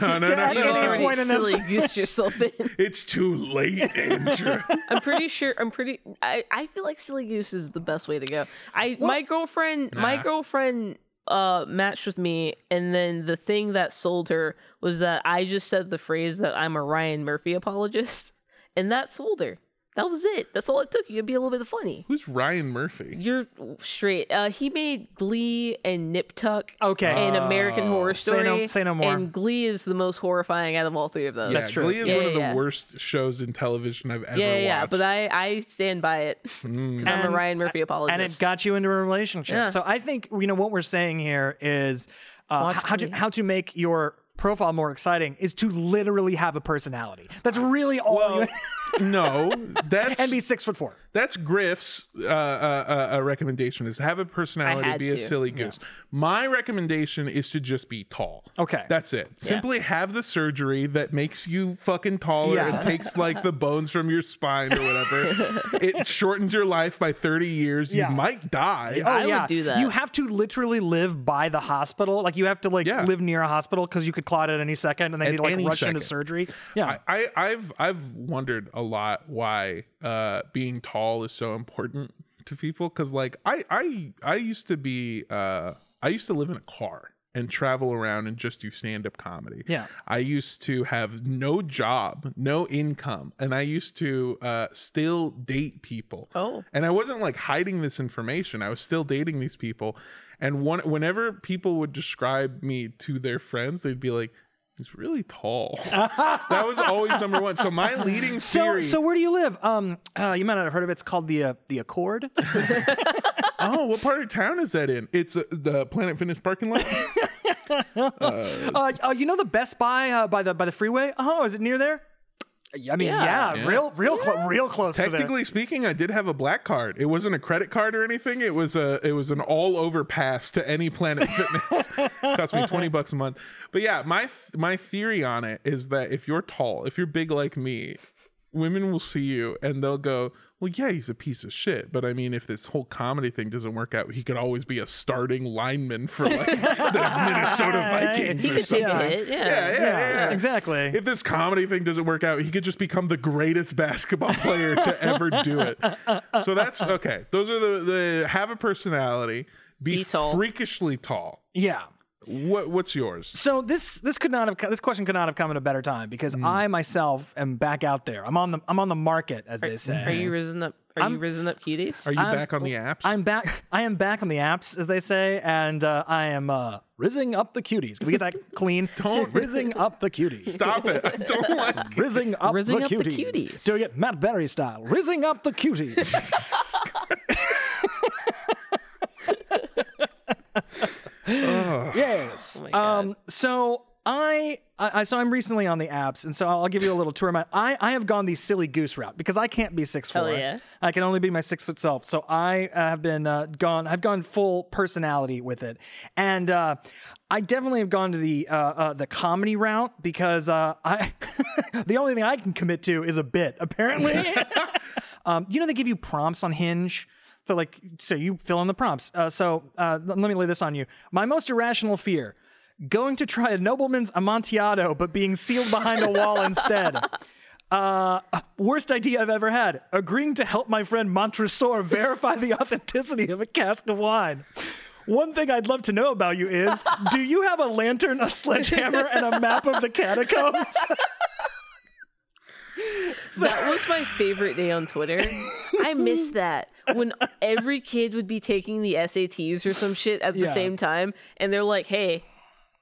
Speaker 2: no, no,
Speaker 5: Dad. at any
Speaker 4: already
Speaker 5: point in this.
Speaker 4: silly goose yourself in.
Speaker 2: It's too late, Andrew.
Speaker 4: I'm pretty sure. I'm pretty. I, I feel like silly goose is the best way to go. I my girlfriend my
Speaker 2: Nah.
Speaker 4: girlfriend uh matched with me, and then the thing that sold her was that I just said the phrase that I'm a Ryan Murphy apologist, and that sold her. That was it. That's all it took. You'd be a little bit funny.
Speaker 2: Who's Ryan Murphy?
Speaker 4: You're straight. Uh, he made Glee and Nip Tuck
Speaker 5: Okay.
Speaker 4: and American Horror
Speaker 5: Oh, Say
Speaker 4: Story.
Speaker 5: no- say no more.
Speaker 4: And Glee is the most horrifying out of all three of those.
Speaker 5: That's true.
Speaker 2: Glee is
Speaker 4: Yeah,
Speaker 2: one of the
Speaker 4: yeah.
Speaker 2: worst shows in television I've ever
Speaker 4: yeah, yeah, yeah,
Speaker 2: watched.
Speaker 4: but I I stand by it. 'Cause I'm a
Speaker 5: Mm. And-
Speaker 4: Ryan Murphy apologist.
Speaker 5: and it got you into a relationship.
Speaker 4: Yeah.
Speaker 5: So I think you know what we're saying here is uh,
Speaker 4: Watch
Speaker 5: h- how to
Speaker 4: Glee.
Speaker 5: how to make your profile more exciting is to literally have a personality. That's really all. you,
Speaker 2: no, that's
Speaker 5: and be six foot four.
Speaker 2: that's Griff's uh, uh, uh, recommendation is have a personality,
Speaker 4: had
Speaker 2: be a
Speaker 4: to.
Speaker 2: silly goose. My recommendation is to just be tall.
Speaker 5: Okay.
Speaker 2: That's it. Simply have the surgery that makes you fucking taller
Speaker 5: Yeah.
Speaker 2: and takes like the bones from your spine or whatever. it shortens your life by 30 years.
Speaker 5: Yeah.
Speaker 2: You might die.
Speaker 4: I would do that.
Speaker 5: Oh, You have to literally live by the hospital. Like you have to like
Speaker 2: Yeah.
Speaker 5: live near a hospital because you could clot at any second, and they
Speaker 2: At
Speaker 5: need to like
Speaker 2: any
Speaker 5: rush
Speaker 2: second.
Speaker 5: into surgery. Yeah.
Speaker 2: I, I, I've I've wondered a lot why uh, being tall is so important to people because like I I I used to be uh, I used to live in a car and travel around and just do stand up comedy.
Speaker 5: Yeah.
Speaker 2: I used to have no job, no income, and I used to uh, still date people.
Speaker 4: Oh.
Speaker 2: And I wasn't like hiding this information. I was still dating these people. And one, whenever people would describe me to their friends, they'd be like, he's really tall. that was always number one. So my leading
Speaker 5: so,
Speaker 2: theory.
Speaker 5: so where do you live? Um, uh, you might not have heard of it. It's called the uh, the Accord.
Speaker 2: oh, what part of town is that in? It's uh, the Planet Fitness parking lot.
Speaker 5: Uh, uh, you know the Best Buy uh, by the by the freeway? Oh, is it near there? I mean, yeah,
Speaker 4: Yeah.
Speaker 2: Yeah.
Speaker 5: real, real, clo- real close. to there.
Speaker 2: Technically speaking, I did have a black card. It wasn't a credit card or anything. It was a it was an all over pass to any Planet Fitness. Cost me twenty bucks a month. But yeah, my th- my theory on it is that if you're tall, if you're big like me, women will see you and they'll go, "Well, yeah, he's a piece of shit." But I mean, if this whole comedy thing doesn't work out, he could always be a starting lineman for like the Minnesota Vikings.
Speaker 4: He
Speaker 2: or
Speaker 4: could take a
Speaker 2: something.
Speaker 4: hit, yeah.
Speaker 2: yeah, yeah, yeah, yeah.
Speaker 5: exactly.
Speaker 2: If this comedy thing doesn't work out, he could just become the greatest basketball player to ever do it. So that's okay. Those are the, the have a personality, be,
Speaker 4: Be tall.
Speaker 2: freakishly tall.
Speaker 5: yeah.
Speaker 2: What what's yours?
Speaker 5: So this this could not have co- this question could not have come at a better time because I myself am back out there. I'm on the I'm on the market as they say.
Speaker 4: Are you risen up? Are you risen up, cuties?
Speaker 2: Are you back on the apps?
Speaker 5: I'm back. I am back on the apps, as they say, and uh, I am uh, rizzing up the cuties. Can we get that clean?
Speaker 2: Don't-
Speaker 5: rizzing up the cuties.
Speaker 2: Stop it. I don't like it.
Speaker 5: Rizzing up,
Speaker 4: Rizzing
Speaker 5: the,
Speaker 4: up the
Speaker 5: cuties.
Speaker 4: cuties.
Speaker 5: Doing it Matt Berry style. Rizzing up the cuties. yes.
Speaker 4: Oh my God.
Speaker 5: um. So I. I, I- so I'm recently on the apps, and so I'll, I'll give you a little tour. Of my, I, I have gone the silly goose route because I can't be six
Speaker 4: Hell
Speaker 5: four.
Speaker 4: yeah.
Speaker 5: I can only be my six foot self. So I uh, have been uh, gone. I've gone full personality with it, and uh, I definitely have gone to the uh, uh, the comedy route because uh, I the only thing I can commit to is a bit. Apparently, um, you know they give you prompts on Hinge. So like, so you fill in the prompts. Uh, so uh, let me lay this on you. My most irrational fear: going to try a nobleman's amontillado, but being sealed behind a wall instead. Uh, worst idea I've ever had. Agreeing to help my friend Montresor verify the authenticity of a cask of wine. One thing I'd love to know about you is do you have a lantern, a sledgehammer, and a map of the catacombs?
Speaker 4: That was my favorite day on Twitter. I miss that when every kid would be taking the SATs or some shit at the
Speaker 5: Yeah.
Speaker 4: same time, and they're like, "Hey,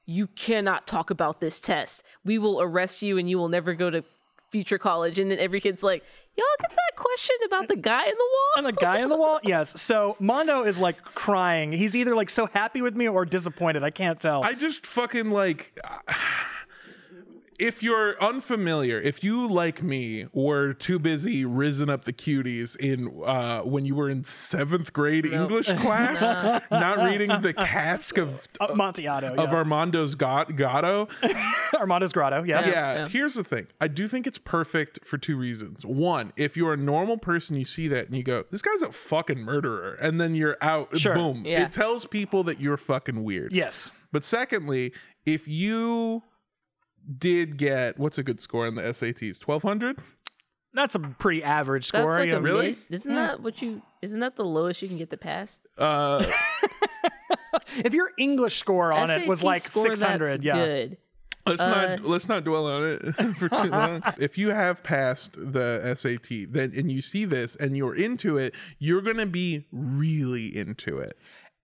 Speaker 4: you cannot talk about this test. We will arrest you, and you will never go to future college." And then every kid's like, "Y'all get that question about the guy in the wall?"
Speaker 5: on the guy in the wall? Yes. So Mondo is like crying. He's either like so happy with me or disappointed. I can't tell.
Speaker 2: I just fucking like. If you're unfamiliar, if you like me were too busy risen up the cuties in uh, when you were in seventh grade English class, not reading the cask of
Speaker 5: Uh, Montiato.
Speaker 2: of
Speaker 5: yeah.
Speaker 2: Armando's God- Gatto.
Speaker 5: Armando's Grotto. Yeah.
Speaker 2: Yeah, here's the thing. I do think it's perfect for two reasons. One, if you're a normal person, you see that and you go, "This guy's a fucking murderer," and then you're out.
Speaker 5: Sure.
Speaker 2: Boom.
Speaker 4: Yeah.
Speaker 2: It tells people that you're fucking weird.
Speaker 5: Yes.
Speaker 2: But secondly, if you did get what's a good score on the SATs? Twelve hundred.
Speaker 5: That's a pretty average
Speaker 4: That's
Speaker 5: score.
Speaker 4: like
Speaker 5: yeah.
Speaker 4: a
Speaker 2: Really?
Speaker 4: mid- Isn't that what you? Isn't that the lowest you can get to pass?
Speaker 2: Uh,
Speaker 5: if your English score on it was
Speaker 4: SAT
Speaker 5: like
Speaker 4: score, that's
Speaker 5: 600, yeah.
Speaker 4: Good.
Speaker 2: Let's not let's not dwell on it for too long. if you have passed the SAT, then and you see this and you're into it, you're gonna be really into it.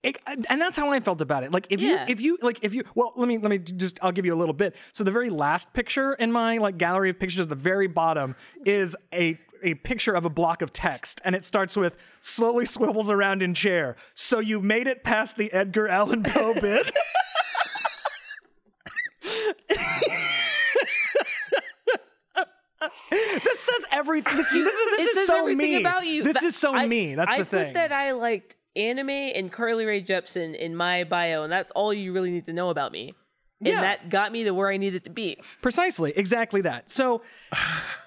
Speaker 5: It, and that's how I felt about it. Like if
Speaker 4: Yeah.
Speaker 5: you if you like if you well let me let me just I'll give you a little bit. So the very last picture in my like gallery of pictures, the very bottom is a a picture of a block of text, and it starts with slowly swivels around in chair. So you made it past the Edgar Allan Poe bit. this says everything. This, this is this
Speaker 4: it
Speaker 5: is
Speaker 4: says
Speaker 5: so
Speaker 4: everything
Speaker 5: mean.
Speaker 4: about you.
Speaker 5: This
Speaker 4: That-
Speaker 5: is so
Speaker 4: I-
Speaker 5: mean. That's
Speaker 4: I
Speaker 5: the thing.
Speaker 4: put that I liked anime and Carly Rae Jepsen in my bio, and that's all you really need to know about me. And
Speaker 5: Yeah.
Speaker 4: that got me to where I needed to be.
Speaker 5: Precisely, exactly that. So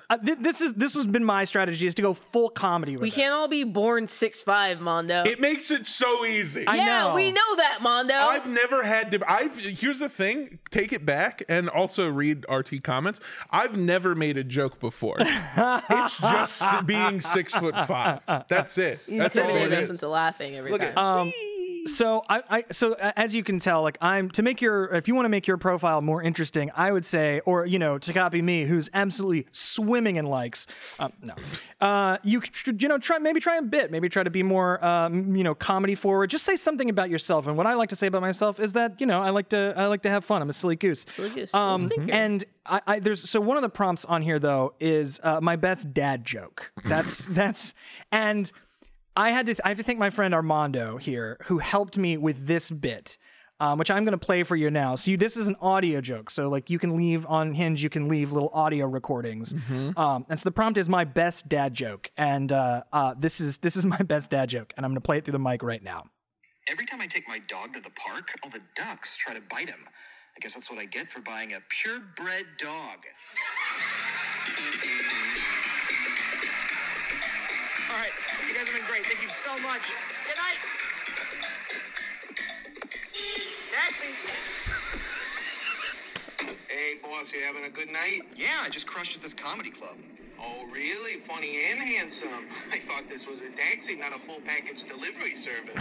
Speaker 5: uh, thi- this is this has been my strategy is to go full comedy with
Speaker 4: We
Speaker 5: it.
Speaker 4: can't all be born six five, Mondo.
Speaker 2: It makes it so easy.
Speaker 5: I
Speaker 4: yeah,
Speaker 5: know.
Speaker 4: we know that, Mondo.
Speaker 2: I've never had to. I've here's the thing. Take it back and also read RT comments. I've never made a joke before. it's just being six foot five. That's it. That's all
Speaker 4: Literally
Speaker 2: it
Speaker 4: goes
Speaker 2: is.
Speaker 4: into laughing every
Speaker 2: Look
Speaker 4: time.
Speaker 2: at
Speaker 5: Um, so I, I so uh, as you can tell, like I'm to make your if you want to make your profile more interesting, I would say, or you know, to copy me, who's absolutely swimming in likes. Um, no, uh, you should you know try maybe try a bit, maybe try to be more um, you know comedy forward. Just say something about yourself. And what I like to say about myself is that you know I like to I like to have fun. I'm a silly goose.
Speaker 4: Silly goose, little
Speaker 5: Um,
Speaker 4: stinker.
Speaker 5: and I, I there's so one of the prompts on here though is uh, my best dad joke. That's that's and I had to I have to thank my friend Armando here who helped me with this bit. Um, which I'm going to play for you now. So you, this is an audio joke. So like you can leave on Hinge, you can leave little audio recordings. Um, and so the prompt is my best dad joke, and uh, uh, this is this is my best dad joke, and I'm going to play it through the mic right now.
Speaker 1: Every time I take my dog to the park, all the ducks try to bite him. I guess that's what I get for buying a purebred dog. All right, you guys have been great. Thank you so much. Good night. Taxi.
Speaker 6: Hey, boss, you having a good night?
Speaker 1: Yeah, I just crushed at this comedy club.
Speaker 6: Oh, really? Funny and handsome. I thought this was a taxi, not a full package delivery service.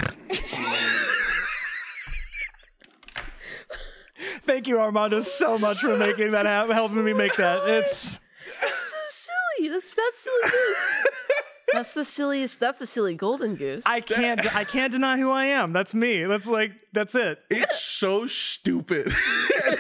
Speaker 5: Thank you, Armando, so much for making that happen, helping me make that. It's
Speaker 4: That's so silly. That's that's silly goose. that's the silliest. That's a silly golden goose.
Speaker 5: I can't I can't deny who I am. That's me. That's like that's it.
Speaker 2: It's so stupid.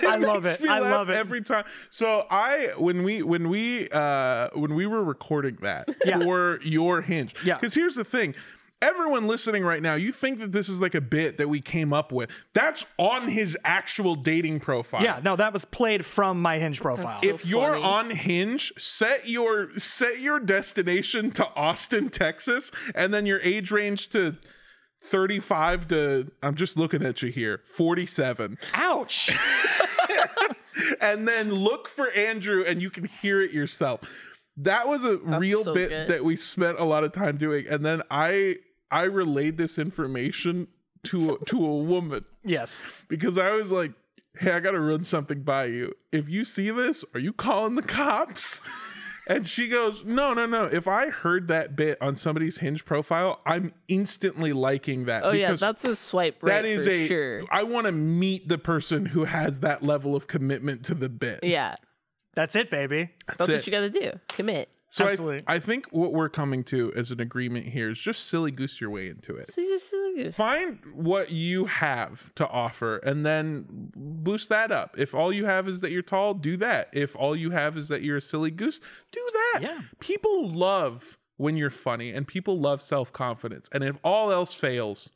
Speaker 5: I love it.
Speaker 2: makes me
Speaker 5: I
Speaker 2: laugh
Speaker 5: love it.
Speaker 2: every time. So I when we when we uh when we were recording that
Speaker 5: Yeah.
Speaker 2: for your hinge.
Speaker 5: Yeah.
Speaker 2: Because here's the thing. Everyone listening right now, you think that this is like a bit that we came up with. That's on his actual dating profile.
Speaker 5: Yeah, no, that was played from my Hinge profile.
Speaker 4: so-
Speaker 2: if you're
Speaker 4: funny.
Speaker 2: on Hinge, set your set your destination to Austin, Texas, and then your age range to 35 to I'm just looking at you here, 47.
Speaker 5: Ouch.
Speaker 2: and then look for Andrew and you can hear it yourself. That was a real
Speaker 4: so
Speaker 2: bit
Speaker 4: good.
Speaker 2: that we spent a lot of time doing and then I I relayed this information to a, to a woman
Speaker 5: yes.
Speaker 2: because I was like, "Hey, I got to run something by you. If you see this, are you calling the cops?" And she goes, "No, no, no. If I heard that bit on somebody's Hinge profile, I'm instantly liking that
Speaker 4: oh yeah,
Speaker 2: because
Speaker 4: that's a swipe right
Speaker 2: that is
Speaker 4: for
Speaker 2: a. I
Speaker 4: sure.
Speaker 2: want to meet the person who has that level of commitment to the bit.
Speaker 4: Yeah,
Speaker 5: That's it, baby.
Speaker 4: that's
Speaker 2: it.
Speaker 4: what you got to do. Commit.
Speaker 2: So I,
Speaker 5: Absolutely.
Speaker 2: th- I think what we're coming to as an agreement here is just silly goose your way into it.
Speaker 4: So you just silly goose.
Speaker 2: Find what you have to offer and then boost that up. If all you have is that you're tall, do that. If all you have is that you're a silly goose, do that.
Speaker 5: Yeah.
Speaker 2: People love when you're funny and people love self confidence. And if all else fails,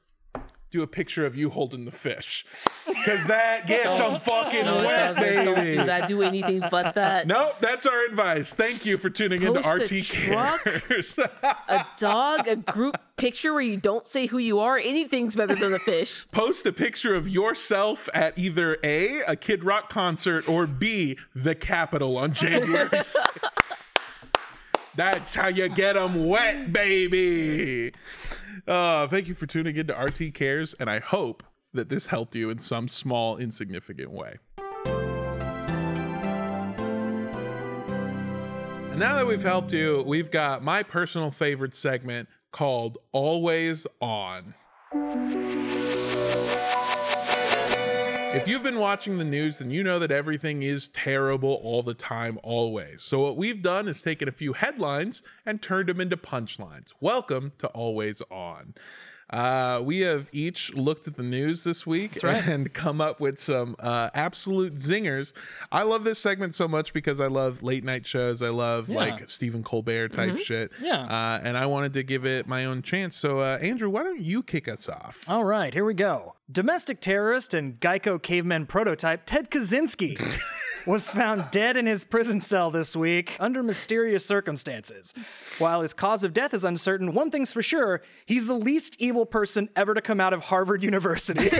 Speaker 2: do a picture of you holding the fish. Because that gets them fucking
Speaker 4: No, it
Speaker 2: wet,
Speaker 4: doesn't. Don't
Speaker 2: baby.
Speaker 4: do that. Do anything but that.
Speaker 2: Nope, that's our advice. Thank you for tuning in to
Speaker 4: Post a
Speaker 2: RT Cares.
Speaker 4: A dog, a group picture where you don't say who you are. Anything's better than a fish.
Speaker 2: Post a picture of yourself at either A, a Kid Rock concert, or B, the Capitol on January 6th. That's how you get them wet, baby. Uh, thank you for tuning in to RT Cares, and I hope that this helped you in some small, insignificant way. now that we've helped you, we've got my personal favorite segment called Always On. If you've been watching the news, then you know that everything is terrible all the time, always. So, what we've done is taken a few headlines and turned them into punchlines. Welcome to Always On. Uh, we have each looked at the news this week and come up with some uh, absolute zingers. I love this segment so much because I love late night shows. I love like Stephen Colbert type shit.
Speaker 5: Yeah.
Speaker 2: Uh, and I wanted to give it my own chance. So, uh, Andrew, why don't you kick us off?
Speaker 5: All right, here we go. Domestic terrorist and Geico caveman prototype Ted Kaczynski was found dead in his prison cell this week under mysterious circumstances. While his cause of death is uncertain, one thing's for sure he's the least evil person ever to come out of Harvard University.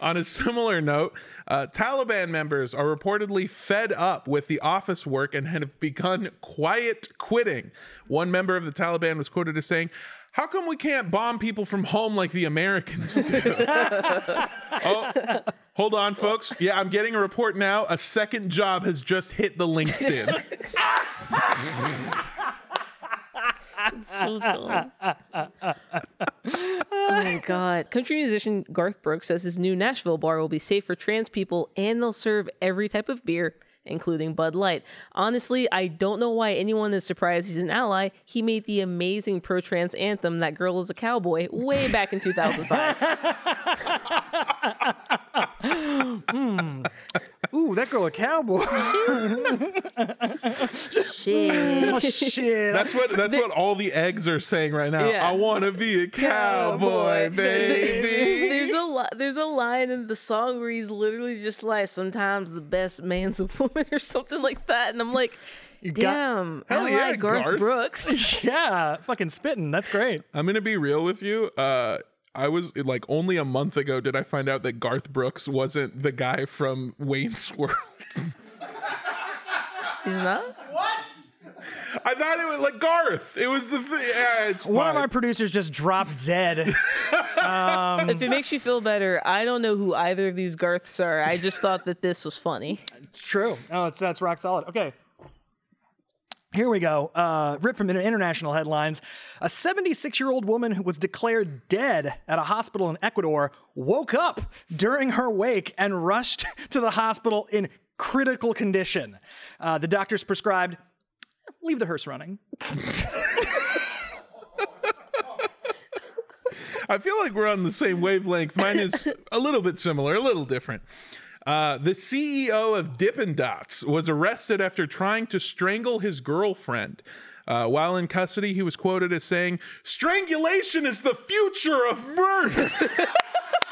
Speaker 2: On a similar note, uh, Taliban members are reportedly fed up with the office work and have begun quiet quitting. One member of the Taliban was quoted as saying, how come we can't bomb people from home like the Americans do? oh, hold on, folks. Yeah, I'm getting a report now. A second job has just hit the LinkedIn.
Speaker 4: so dumb. oh god. Country musician Garth Brooks says his new Nashville bar will be safe for trans people and they'll serve every type of beer, including Bud Light. Honestly, I don't know why anyone is surprised he's an ally. He made the amazing pro trans anthem That Girl is a Cowboy way back in 2005.
Speaker 5: Ooh, that girl a cowboy.
Speaker 4: Shit.
Speaker 5: oh, shit.
Speaker 2: That's what that's what all the eggs are saying right now.
Speaker 4: Yeah.
Speaker 2: I want to be a cowboy,
Speaker 4: Cowboy,
Speaker 2: baby.
Speaker 4: There's a li- there's a line in the song where he's literally just like, sometimes the best man's a woman or something like that, and I'm like, damn,
Speaker 2: Hell
Speaker 4: ally
Speaker 2: yeah,
Speaker 4: Garth,
Speaker 2: Garth.
Speaker 4: Brooks.
Speaker 5: yeah, fucking spitting. That's great.
Speaker 2: I'm gonna be real with you. Uh, I was like only a month ago did I find out that Garth Brooks wasn't the guy from Wayne's World.
Speaker 4: he's not.
Speaker 2: I thought it was like Garth. It was the thing. Yeah, it's
Speaker 5: One of
Speaker 2: fine.
Speaker 5: our producers just dropped dead.
Speaker 4: If it makes you feel better, I don't know who either of these Garths are. I just thought that this was funny.
Speaker 5: True. Oh, it's that's rock solid. Okay. Here we go. Uh, ripped from inter- international headlines. A 76 year old woman who was declared dead at a hospital in Ecuador woke up during her wake and rushed to the hospital in critical condition. Uh, the doctors prescribed leave the hearse running.
Speaker 2: I feel like we're on the same wavelength. Mine is a little bit similar, a little different. Uh, the CEO of Dippin' Dots was arrested after trying to strangle his girlfriend. Uh, while in custody, he was quoted as saying, Strangulation is the future of birth.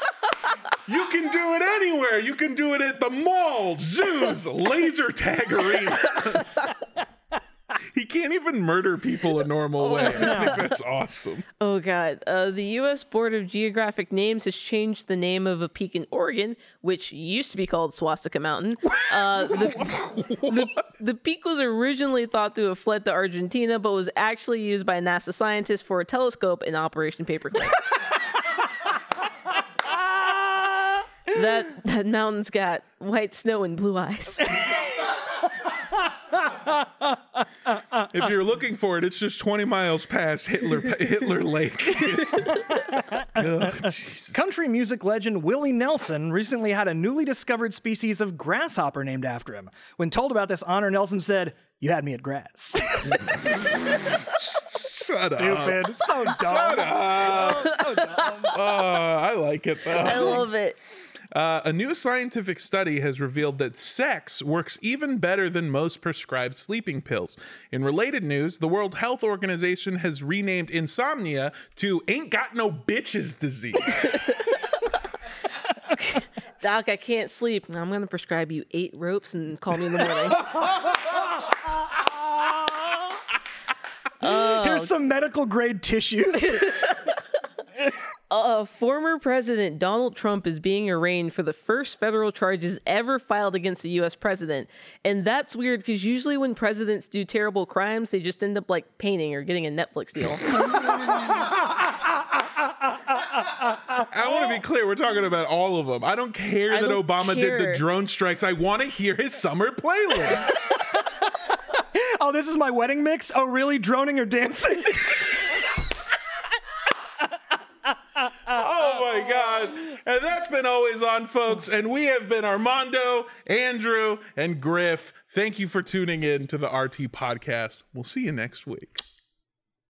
Speaker 2: you can do it anywhere. You can do it at the mall, zoos, laser tag arenas. he can't even murder people a normal way. I think that's awesome.
Speaker 4: Oh god. Uh, the U.S. Board of Geographic Names has changed the name of a peak in Oregon, which used to be called Swastika Mountain. Uh, the, the, the peak was originally thought to have fled to Argentina, but was actually used by NASA scientists for a telescope in Operation Paperclip. that that mountain's got white snow and blue eyes.
Speaker 2: If you're looking for it, it's just 20 miles past Hitler Hitler Lake. Ugh, Jesus.
Speaker 5: Country music legend Willie Nelson recently had a newly discovered species of grasshopper named after him. When told about this honor, Nelson said, You had me at grass.
Speaker 2: Shut up.
Speaker 5: Stupid. So dumb.
Speaker 2: Shut up. Oh, I like it
Speaker 4: I
Speaker 2: though.
Speaker 4: love it.
Speaker 2: Uh, a new scientific study has revealed that sex works even better than most prescribed sleeping pills. In related news, the World Health Organization has renamed insomnia to "Ain't Got No Bitches" disease.
Speaker 4: Doc, I can't sleep. I'm gonna prescribe you eight ropes and call me in the morning.
Speaker 5: Here's some medical grade tissues.
Speaker 4: Uh, former President Donald Trump is being arraigned for the first federal charges ever filed against a U.S. president. And that's weird because usually when presidents do terrible crimes, they just end up like painting or getting a Netflix deal.
Speaker 2: I want to be clear. We're talking about all of them. I don't care
Speaker 4: I
Speaker 2: that
Speaker 4: don't
Speaker 2: Obama did
Speaker 4: care.
Speaker 2: the drone strikes. I want to hear his summer playlist.
Speaker 5: Oh, this is my wedding mix? Oh, really? Droning or dancing?
Speaker 2: oh my God. And that's been always on, folks. And we have been Armando, Andrew, and Griff. Thank you for tuning in to the RT podcast. We'll see you next week.